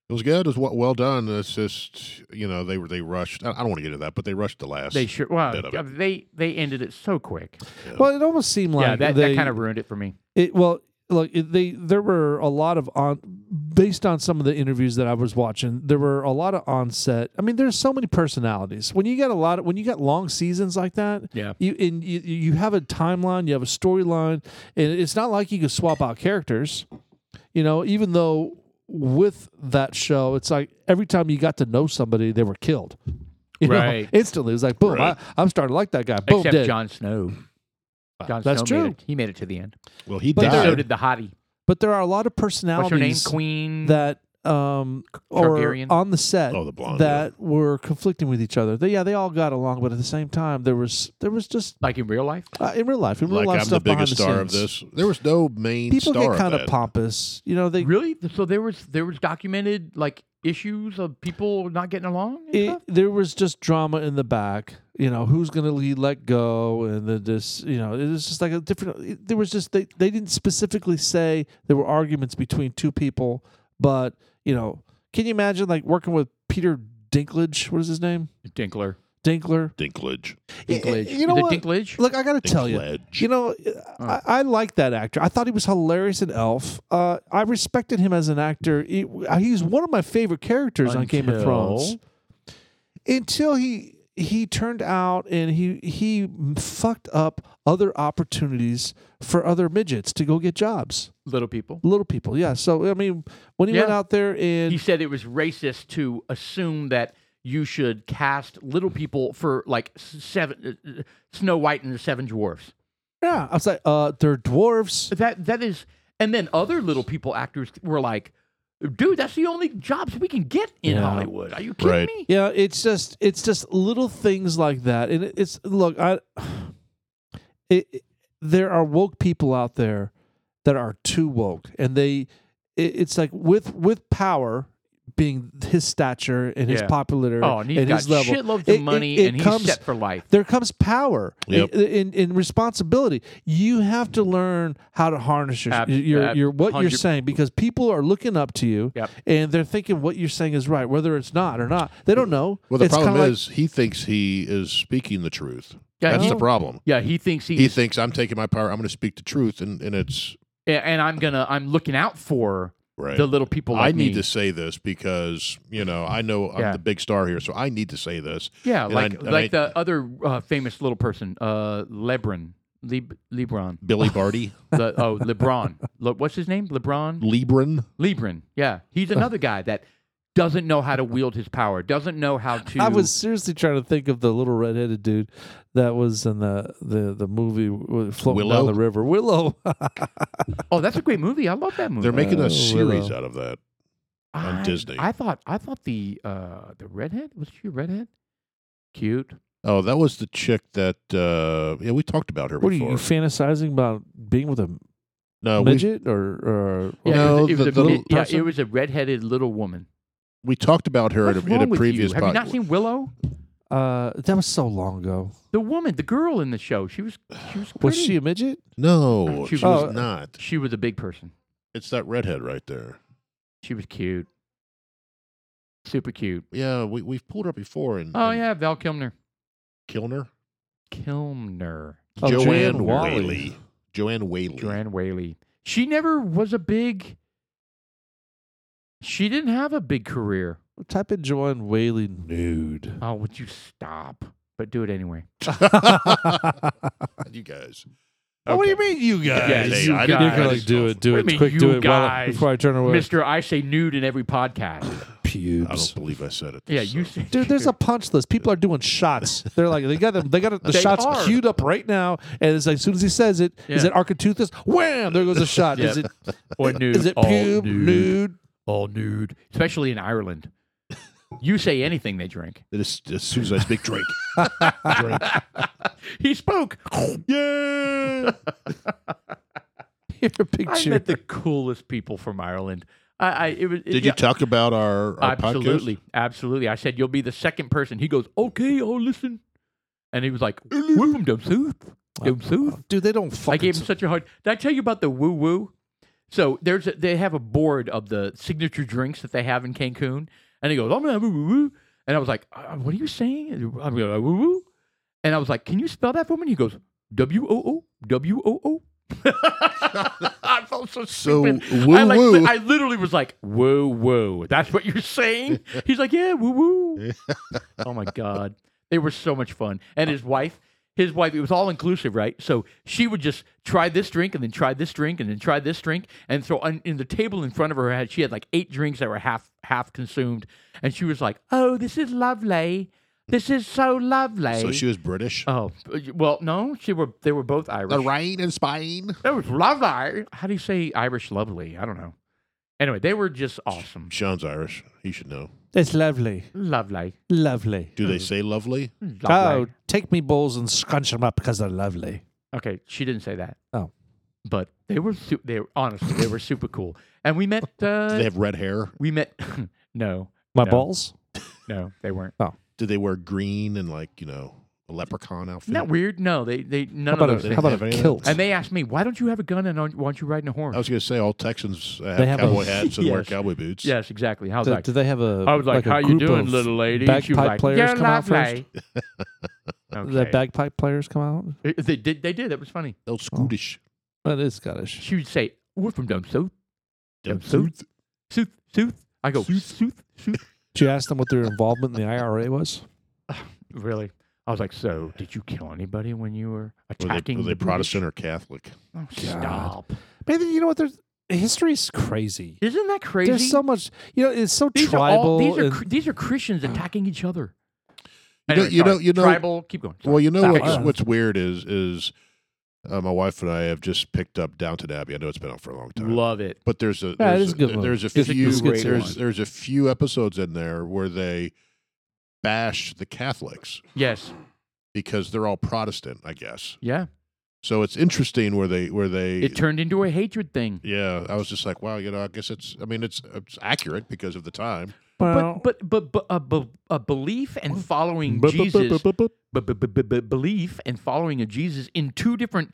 it was good. It was well, well done. It's just you know they were they rushed. I I don't want to get into that, but they rushed the last.
They sure. Well, uh,
bit of it.
they they ended it so quick.
you know.
Well, it almost seemed like
yeah, that,
they,
that kind of ruined it for me.
It well, look, it, they there were a lot of on based on some of the interviews that I was watching. There were a lot of onset. I mean, there's so many personalities. When you get a lot of when you get long seasons like that,
Yeah.
you and you, you have a timeline, you have a storyline, and it's not like you can swap out characters. You know, even though with that show, it's like every time you got to know somebody, they were killed. *laughs* You know,
Right.
instantly, it was like boom.
Right.
I, I'm starting to like that guy. Boom,
Except
dead.
Jon Snow. Jon
That's
Snow
true.
Made it, he made it to the end.
Well, he
but
And
Yeah.
so
died.
did the hottie.
But there are a lot of
What's her name?
personalities.
Queen.
that um or
Targaryen?
on the set
Oh, the blonde,
that were conflicting with each other. They, yeah, they all got along, but at the same time, there was there was just
like in real life.
uh, in real life, in real
like
life
I'm the
stuff behind
biggest star of
scenes,
this. There was no main
People
star
get kind
of
of
that.
pompous, you know. They
Really? So there was there was documented like issues of people not getting along. and
it,
stuff?
there was just drama in the back. You know, who's going to lead, let go, and then this. You know, it was just like a different. It, there was just they they didn't specifically say there were arguments between two people, but you know, can you imagine like working with Peter Dinklage? What is his name?
Dinkler.
Dinkler.
Dinklage.
Y- y-
Dinklage.
You know
Is it
what?
Dinklage?
Look, I got to tell you.
Dinklage.
You know, I, I like that actor. I thought he was hilarious in Elf. Uh, I respected him as an actor. He, uh, he's one of my favorite characters on Game of
Until-
Thrones. Until he he turned out and he he fucked up other opportunities for other midgets to go get jobs.
Little people.
Little people, yeah. So I mean, when he went
Yeah.
out there and
He said it was racist to assume that you should cast little people for like s- seven uh, uh, Snow White and the Seven Dwarfs.
yeah, I was like, uh, they're dwarves.
That that is, and then other little people actors were like, "Dude, that's the only jobs we can get in
Yeah.
Hollywood. Are you kidding
Right.
me?"
Yeah, it's just it's just little things like that, and it- it's look, I, *sighs* it, it- there are woke people out there that are too woke, and they, it, it's like with with power being his stature and his
Yeah.
popularity
Oh, and he's
and
got
his level,
shitloads of
it- it-
money,
it
and he's
comes-
set for life.
there comes power
Yep.
and, and, and responsibility. You have to learn how to harness your,
Ab-
your,
ab-
your what you're
hundred-
saying because people are looking up to you
Yep.
and they're thinking what you're saying is right, whether it's not or not. They don't know.
Well, the
It's
problem
kinda like-
is he thinks he is speaking the truth.
Yeah,
That's
he,
the problem.
yeah, he thinks he's
He thinks I'm taking my power. I'm going to speak the truth, and, and it's
Yeah, and I'm gonna I'm looking out for
right.
the little people. Like
I need
me.
to say this because you know I know I'm
Yeah.
the big star here, so I need to say this.
Yeah,
and
like
I- and
like
I-
the other uh, famous little person, uh, Lebron, Leb- Lebron.
Billy Barty,
The,
*laughs*
oh, LeBron. Le- what's his name? LeBron.
Libran.
Lebron. Yeah, he's another guy that doesn't know how to wield his power. Doesn't know how to.
I was seriously trying to think of the little redheaded dude that was in the the, the movie with- floating down
Willow?
the river. Willow. *laughs*
Oh, that's a great movie. I love that movie.
They're making
Oh,
a series
Willow.
out of that.
I,
Disney.
I thought I thought the uh, the redhead was she a redhead? Cute.
Oh, that was the chick that uh yeah, we talked about her
What are you,
before.
you fantasizing about being with a
no, we,
midget or, or
Yeah,
or-
No, the-
it was, it was
the
a,
little
mid- yeah,
person?
it was a redheaded little woman.
we talked about her in
What's
a,
wrong
in a
with
previous
you? Have you not
podcast.
seen Willow?
uh, that was so long ago.
The woman, the girl in the show, she was she was pretty.
Was she a midget?
No,
She
she,
was-
was not.
She was a big person.
It's that redhead right there.
She was cute, super cute.
Yeah, we we've pulled her before and
Oh yeah, Val Kilmer.
Kilner.
Kilmer.
Oh,
Joanne,
Joanne Whalley.
Whaley. Joanne Whaley.
Joanne *laughs* Whaley. She never was a big. She didn't have a big career.
Type in Joanne Whaley nude.
Oh, would you stop? But do it anyway.
*laughs* you guys.
Oh, what do you
Okay.
mean, you guys?
Yeah,
Yes,
hey,
you
I
You're
didn't-
guys.
I
gonna like
just-
do it, do
What
it,
do you
quick,
mean,
do
you
it while I-
guys?
before I turn away.
Mister, I say nude in every podcast.
I
Pubes.
don't believe I said it.
Yeah, you
so.
say.
Dude, there's a punch list. People are doing shots. They're like, they got them, they got
*laughs*
the
They
shots
are.
queued up right now. And it's like, as soon as he says it, is
Yeah.
it Arcateuthis? Wham! There goes a shot. Is it
*laughs* or nude.
is it
all
pube
nude,
nude?
*laughs*
*laughs*
All nude, especially in Ireland. You say anything, they drink.
It is- as soon as I speak,
*laughs*
drink. drink.
He spoke.
Yeah.
Here,
I
picture.
met the coolest people from Ireland. I, I it was. it-
Did
yeah,
you talk about our, our
absolutely, absolutely. I said you'll be the second person. He goes, okay, I'll listen. And he was like, we're from Dumsooth. Dumsooth.
Dude, they don't fucking.
I gave him such a hard. Did I tell you about the woo woo? So there's a, they have a board of the signature drinks that they have in Cancun, and he goes, "I'm gonna have a woo woo," and I was like, uh, "What are you saying? I'm gonna have a woo woo," and I was like, "Can you spell that for me?" And he goes, "W O O W O O." *laughs* I felt so
So,
stupid. I, like,
woo-woo.
I literally was like, "Woo woo." That's what you're saying. He's like, "Yeah,
*laughs*
woo woo." oh my god, they were so much fun. And his wife, his wife, it was all inclusive, right? So she would just try this drink and then try this drink and then try this drink, and so on, in the table in front of her, had she had like eight drinks that were half half consumed, and she was like, "Oh, this is lovely. This is so lovely."
podcast? So she was British.
Oh well, no, she were they were both Irish.
the rain in Spain.
That was lovely. How do you say Irish lovely? I don't know. Anyway, they were just awesome.
Sean's Irish. He should know.
It's lovely.
Lovely.
Lovely.
Do
Uh-huh.
they say lovely?
Oh,
lovely.
take me bowls and scrunch them up because they're lovely.
Okay, she didn't say that.
Oh.
But they were su- they were, honestly they were super cool. And we met uh
*laughs*
Do they have red hair?
we met *laughs* no,
My
No.
balls?
no, they weren't.
Do they wear green and like you know a leprechaun outfit?
Isn't that weird? No, they they
How
none
about,
of those
a,
things.
how about
Have
a Oh,
any of
kilt?
that?
and they asked me, "Why don't you have a gun and aren't- why aren't you riding a horse?"
I was going to say all Texans have,
They have
cowboy
a-
hats and *laughs* wear
Yes.
cowboy boots.
yes, exactly. How's
do,
that?
do they have a?
I was like,
a
"How you
group
doing,
of
little lady?" And she was
bagpipe
like,
players
"You're
come out first? *laughs*
lovely." *laughs* okay.
The bagpipe players come out.
It- They did. They did. That was funny.
They're Scottish.
That is Scottish.
She would say, "We're from Dumb South,
They're
Sooth.
Sooth.
Sooth, Sooth." I go, "Sooth, Sooth, Sooth."
Did you ask them what their involvement in the IRA was?
*laughs* really? I was like, "So, did you kill anybody when you were
Were they,
attacking?"
were they
the British?"
Protestant or Catholic?
Oh, stop!
Man, you know what? There's history's crazy.
Isn't that crazy?
There's so much. You know, it's so
these
tribal.
Are all, these are
and-
cr- these are Christians attacking each other.
You know-
Anyway,
you know-
sorry.
you know-
tribal. Keep going. Sorry.
Well, you know
Stop.
what's
Uh,
what's weird is is uh, my wife and I have just picked up Downton Abbey. I know it's been out for a long time.
love it.
But there's a
Yeah, it
there's,
is
a,
a good one.
there's a
It's a
few
good
there's
one.
there's a few episodes in there where they bash the Catholics
Yes.
because they're all Protestant, I guess.
Yeah.
So it's interesting where they where they
It turned into a hatred thing.
yeah. I was just like, wow, you know, I guess it's I mean it's it's accurate because of the time.
well,
But but but, but a, be- a belief and following
bu- bu- bu-
Jesus
bu- bu-
b- b- b- b- b- belief and following of Jesus in two different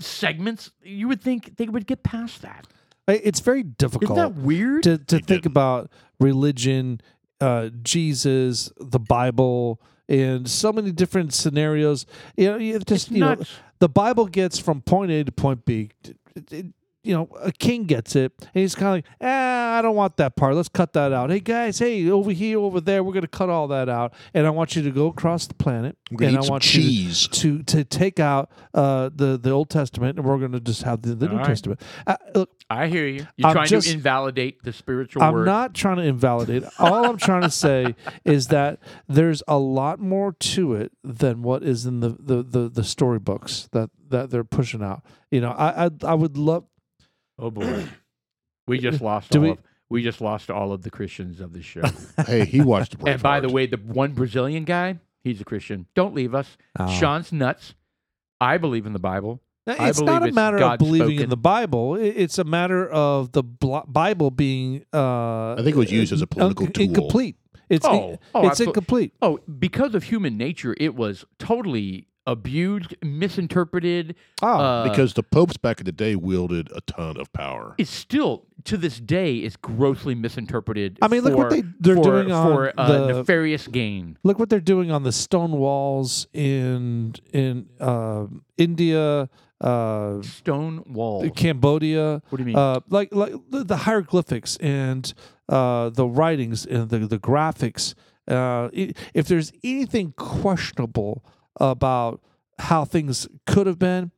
segments, you would think they would get past that.
I- it's very
Isn't
difficult
that weird?
to, to
They
think
didn't.
about religion, uh, Jesus, the Bible, and so many different scenarios. You know, you just
It's
you know,
nuts.
the Bible gets from point A to point B. It- it- you know, a king gets it, and he's kind of like, ah, I don't want that part. Let's cut that out. Hey guys, hey over here, over there, we're gonna cut all that out, and I want you to go across the planet,
I'm gonna
and
eat
I
some
want you to- *laughs*
cheese.
to to take out uh, the the Old Testament, and we're gonna just have the, the New
All right.
Testament. Uh, look,
I hear you. You're
I'm
trying
just-
to invalidate the spiritual
I'm
word.
not trying to invalidate. All I'm trying
*laughs*
to say is that there's a lot more to it than what is in the the the, the storybooks that that they're pushing out. You know, I I, I would love.
oh boy, we
*laughs*
just lost
Do
all
we-
of we
*laughs*
just lost all of the Christians of the show.
hey, he watched.
and by the
Braveheart.
way, the one Brazilian guy, He's a Christian. Don't leave us.
Oh.
Sean's nuts. I believe in the Bible. I
It's
believe
not a
it's
matter of
God
believing in
spoken.
the Bible. I- It's a matter of the bl- Bible being. Uh,
I think it was used as a political
un-
tool.
Incomplete. It's
Oh, oh,
it's
absolute-
incomplete.
Oh, because of human nature, it was totally abused, misinterpreted.
Oh,
uh,
because the popes back in the day wielded a ton of
*laughs*
power.
it's still to this day is grossly misinterpreted.
I mean, look what
for-
they- they're
for-
doing on
for uh,
the-
nefarious gain.
Look what they're doing on the stone walls in in uh, India, uh,
Stone wall.
Cambodia.
What do you mean?
Uh, like like the the hieroglyphics and uh, the writings and the the graphics. Uh, i- if there's anything questionable about how things could have been,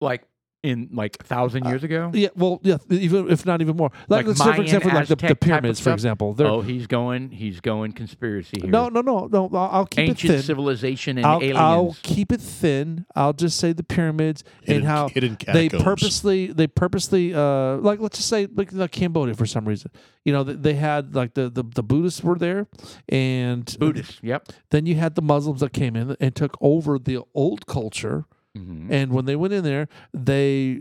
like in like a thousand years ago.
uh, yeah, well, yeah, even if not even more.
Like
Like, let's say, for
Mayan,
example, like the,
Aztec
the
type of
pyramids, for
stuff?
example. They're,
Oh, he's going. He's going conspiracy here.
no, no, no, no. I'll, I'll keep
ancient
it thin.
civilization and
I'll,
aliens.
I'll keep it thin. I'll just say the pyramids
hidden,
and how
hidden
they
catacombs.
purposely they purposely uh like let's just say like, like Cambodia for some reason. You know, they, they had like the, the the Buddhists were there and
Buddhist. Yep.
then you had the Muslims that came in and took over the old culture
Mhm.
and when they went in there, they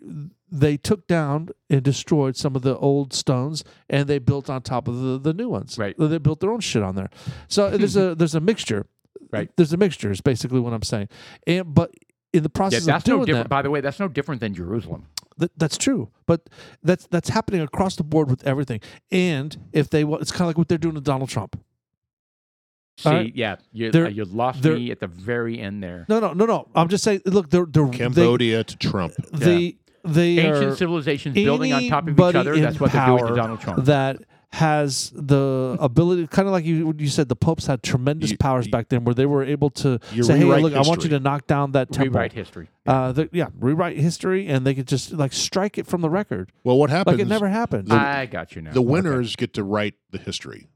they took down and destroyed some of the old stones, and they built on top of the, the new ones.
Right.
They built their own shit on there.
*laughs*
So there's a there's a mixture.
Right.
There's a mixture. Is basically what I'm saying. And but in the
Yeah,
process of
that's no
doing
different.
that,
By the way, that's no different than Jerusalem.
th- that's true. But that's that's happening across the board with everything. And if they, wa- it's kind of like what they're doing to Donald Trump.
See,
All right.
yeah, you,
They're-
uh, you lost
they're-
me at the very end there.
No, no, no, no. I'm just saying. Look, they're they're
Cambodia to
*laughs*
Trump.
They, they, they
Ancient
are,
civilizations building on top of each
anybody
other.
in
That's what they're doing
power
to Donald Trump.
that has the ability, kind of like you you said, the popes had tremendous
You-
powers
you-
back then, where they were able to
You
say, "Hey,
rewrite
look, I want you
history."
to knock down that temple."
Rewrite history.
Uh, the, yeah, rewrite history, and they could just like strike it from the record,
Well, what happens?
like it never happened.
the-
I got you now.
the winners get to write the history.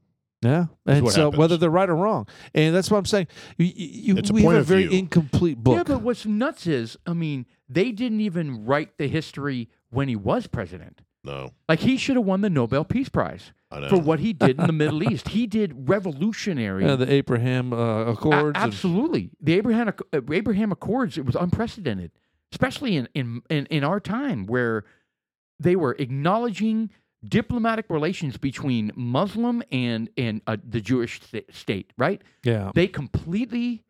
yeah, and
what
so
happens.
whether they're right or wrong, and that's what I'm saying. You, you,
It's a
we
point
have a
of
very
view.
incomplete book.
Yeah, but what's nuts is, I mean, they didn't even write the history when he was president.
No,
Like he should have won the Nobel Peace Prize
I know.
for what he did in the
*laughs*
Middle East. He did revolutionary.
Yeah, the Abraham uh,
A-
Accords. and-
absolutely, the Abraham Acc- uh, Abraham Accords it was unprecedented, especially in in in, in our time where they were acknowledging diplomatic relations between Muslim and and uh, the Jewish sta- state. Right?
yeah,
They completely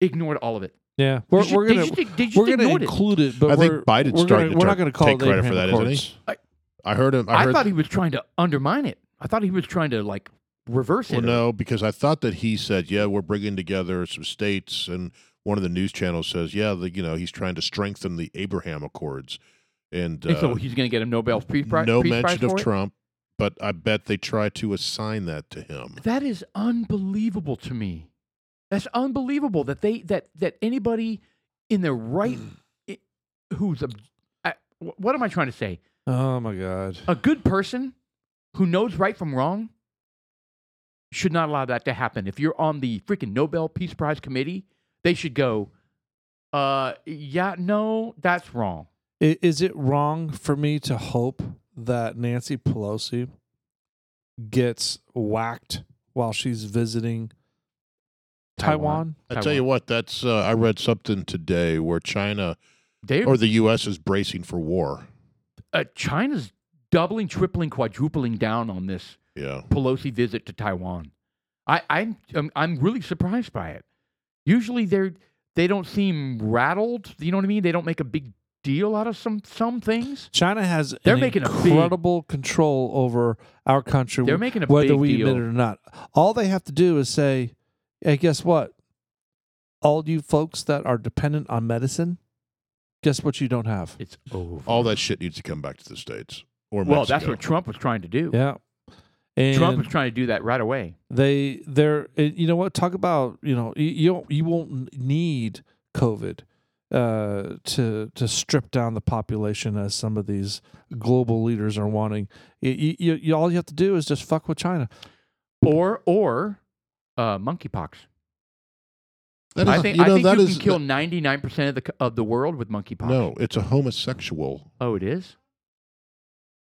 ignored all of it.
yeah.
They
We're,
ju-
we're
they
gonna
just, ig- they just
we're gonna
ignored it.
include it, but
I think
we're,
Biden's
we're,
starting
gonna,
to
we're
tar-
not going to call
take
it
credit for
Abraham
that, isn't he?
Accords.
I heard him. I
I,
heard.
thought he was trying to undermine it. I thought he was trying to like reverse
well,
it.
no, because I thought that he said, "Yeah, we're bringing together some states," and one of the news channels says, "Yeah, the, you know, he's trying to strengthen the Abraham Accords," and,
And
uh,
so he's going to get a Nobel Peace Prize.
no
Peace Prize
mention of
for it?
Trump. But I bet they try to assign that to him.
That is unbelievable to me. That's unbelievable that they that that anybody in their right i- who's a I, wh- what am I trying to say?
Oh my god.
A good person who knows right from wrong should not allow that to happen. If you're on the freaking Nobel Peace Prize committee, they should go uh yeah, no, that's wrong.
I- Is it wrong for me to hope that Nancy Pelosi gets whacked while she's visiting Taiwan?
I tell you what, that's uh, I read something today where China
They
or the U.S. is bracing for war.
uh, China's doubling, tripling, quadrupling down on this
Yeah,
Pelosi visit to Taiwan. I, I'm, I'm I'm really surprised by it. Usually they're they don't seem rattled. You know what I mean? They don't make a big deal out of some some things.
China has
They're
an
making a big-
incredible control over our country,
They're making a
whether
big
we
deal.
admit it or not. All they have to do is say, "Hey, guess what? All you folks that are dependent on medicine, guess what? You don't have."
It's over.
all that shit needs to come back to the states or
well,
Mexico.
that's what Trump was trying to do.
Yeah. And
Trump was trying to do that right away.
they they're eh, you know what talk about you know you you, don't, you won't need covid uh to to strip down the population as some of these global leaders are wanting you, you, you, you- all you have to do is just fuck with china
Or or uh, monkeypox.
That is,
I think
you know,
I think
that
you
is-
can kill ninety nine percent of the c- of the world with monkeypox.
No, it's a homosexual.
Oh, it is.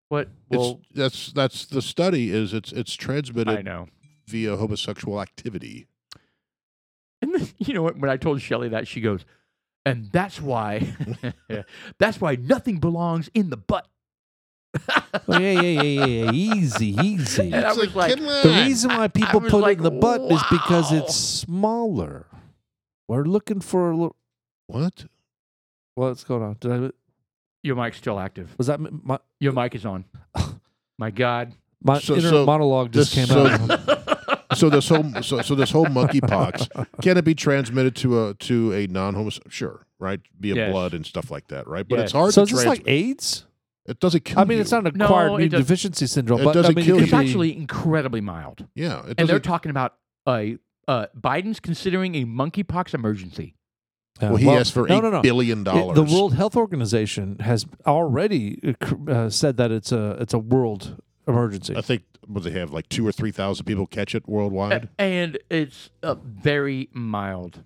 What? Well,
it's, that's that's the study is it's it's
I
transmitted
know.
via homosexual activity.
*laughs* And then, you know what? When I told Shelly that, she goes, and that's
*laughs*
why, *laughs* that's why nothing belongs in the butt.
Oh, yeah, yeah, yeah, yeah, yeah. Easy, easy.
And I
It's
was like,
"Come
The
on."
reason why people
Mm. was
put
like,
it in the butt is because
wow.
it's smaller. We're looking for a little.
what?
What's going on? Did I?
your mic's still active.
Was that m- my
Your mic
*sighs*
is on. My God.
my
So-
inner
so
monologue just
this-
came
so- *laughs*
out?
So this whole so, so this whole
*laughs*
monkeypox can it be transmitted to a to a non homosexual? Sure, right? Via
Yes.
blood and stuff like that, right? But
Yes.
it's hard
So
to
is this
transmit.
like AIDS?
it doesn't kill.
I mean,
you.
it's not an
No,
acquired
it
immune
does-
deficiency syndrome,
It
but I
doesn't
mean,
kill
it
It's
could
you.
be-
actually incredibly mild.
Yeah, it
And they're
doesn't.
talking about a uh, Biden's considering a monkeypox emergency.
Yeah,
well, he
well,
asked for
no,
eight
no, no.
billion
It-
dollars.
the World Health Organization has already uh, cr- uh, said that it's a it's a world emergency.
I think what they have like two or three thousand people catch it worldwide.
And it's uh, very mild.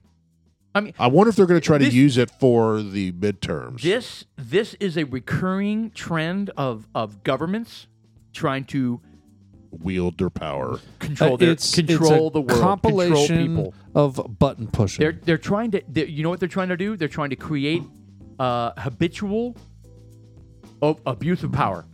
I wonder if they're going to try to
This-
use it for the midterms.
This this is a recurring trend of of governments trying to
Wield their power.
control
Uh,
their
it's, it's
control
a
the world,
compilation
control people.
of button pushing.
They're they're trying to they you know what they're trying to do? They're trying to create uh, habitual o- abuse of power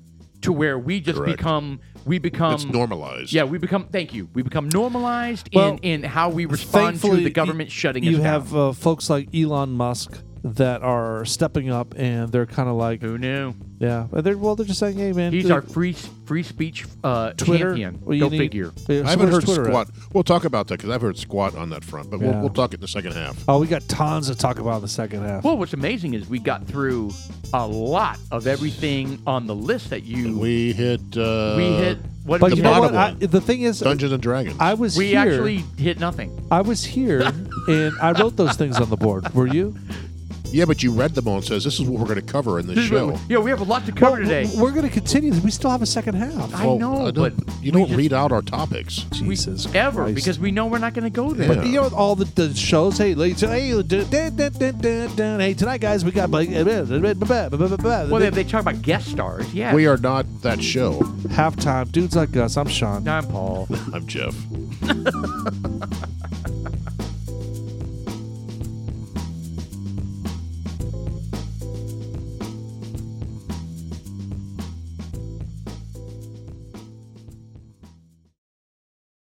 to where we just
Correct.
become we become
it's normalized.
Um, Yeah, we become. Thank you. We become normalized
Well,
in in how we respond to
Thankfully,
the government shutting
You
us
have
down.
Uh, folks like Elon Musk that are stepping up, and they're kind of like,
Who knew?
yeah, but they're well, they're just saying, hey, man,
He's
uh,
our free s- free speech uh,
Twitter.
champion.
well, you
Go
need-
figure.
Yeah,
I
so
haven't
where's
heard
Twitter at?
squat. We'll talk about that because I've heard squat on that front, but
Yeah.
we'll, we'll talk it in the second half.
Oh, we got tons to talk about in the second half.
Well, what's amazing is we got through a lot of everything on the list that you we,
We hit. Uh,
hit. What
but
did
you
we
know
hit?
what?
bottom
I,
one.
the thing is,
Dungeons and Dragons.
I was
We
here.
actually hit nothing.
I was
*laughs*
here, and I wrote those things on the board. Were you?
yeah, but you read them all and says this is what we're going to cover in this show.
Yeah, we have a lot to cover
Well,
today.
We're going to continue. We still have a second half.
I
Well,
know, but
don't- you
we
don't
just-
read out our topics.
Jesus,
ever
Christ.
because we know we're not going to go there.
But you know what, all the, the shows. Hey, ladies, hey, da, da, da, da, da, da, hey, tonight, guys, we got like
Well, they,
halftime.
they talk about guest stars. Yeah.
We are not that show.
Dudes like us. I'm Sean.
I'm Paul.
I'm Jeff.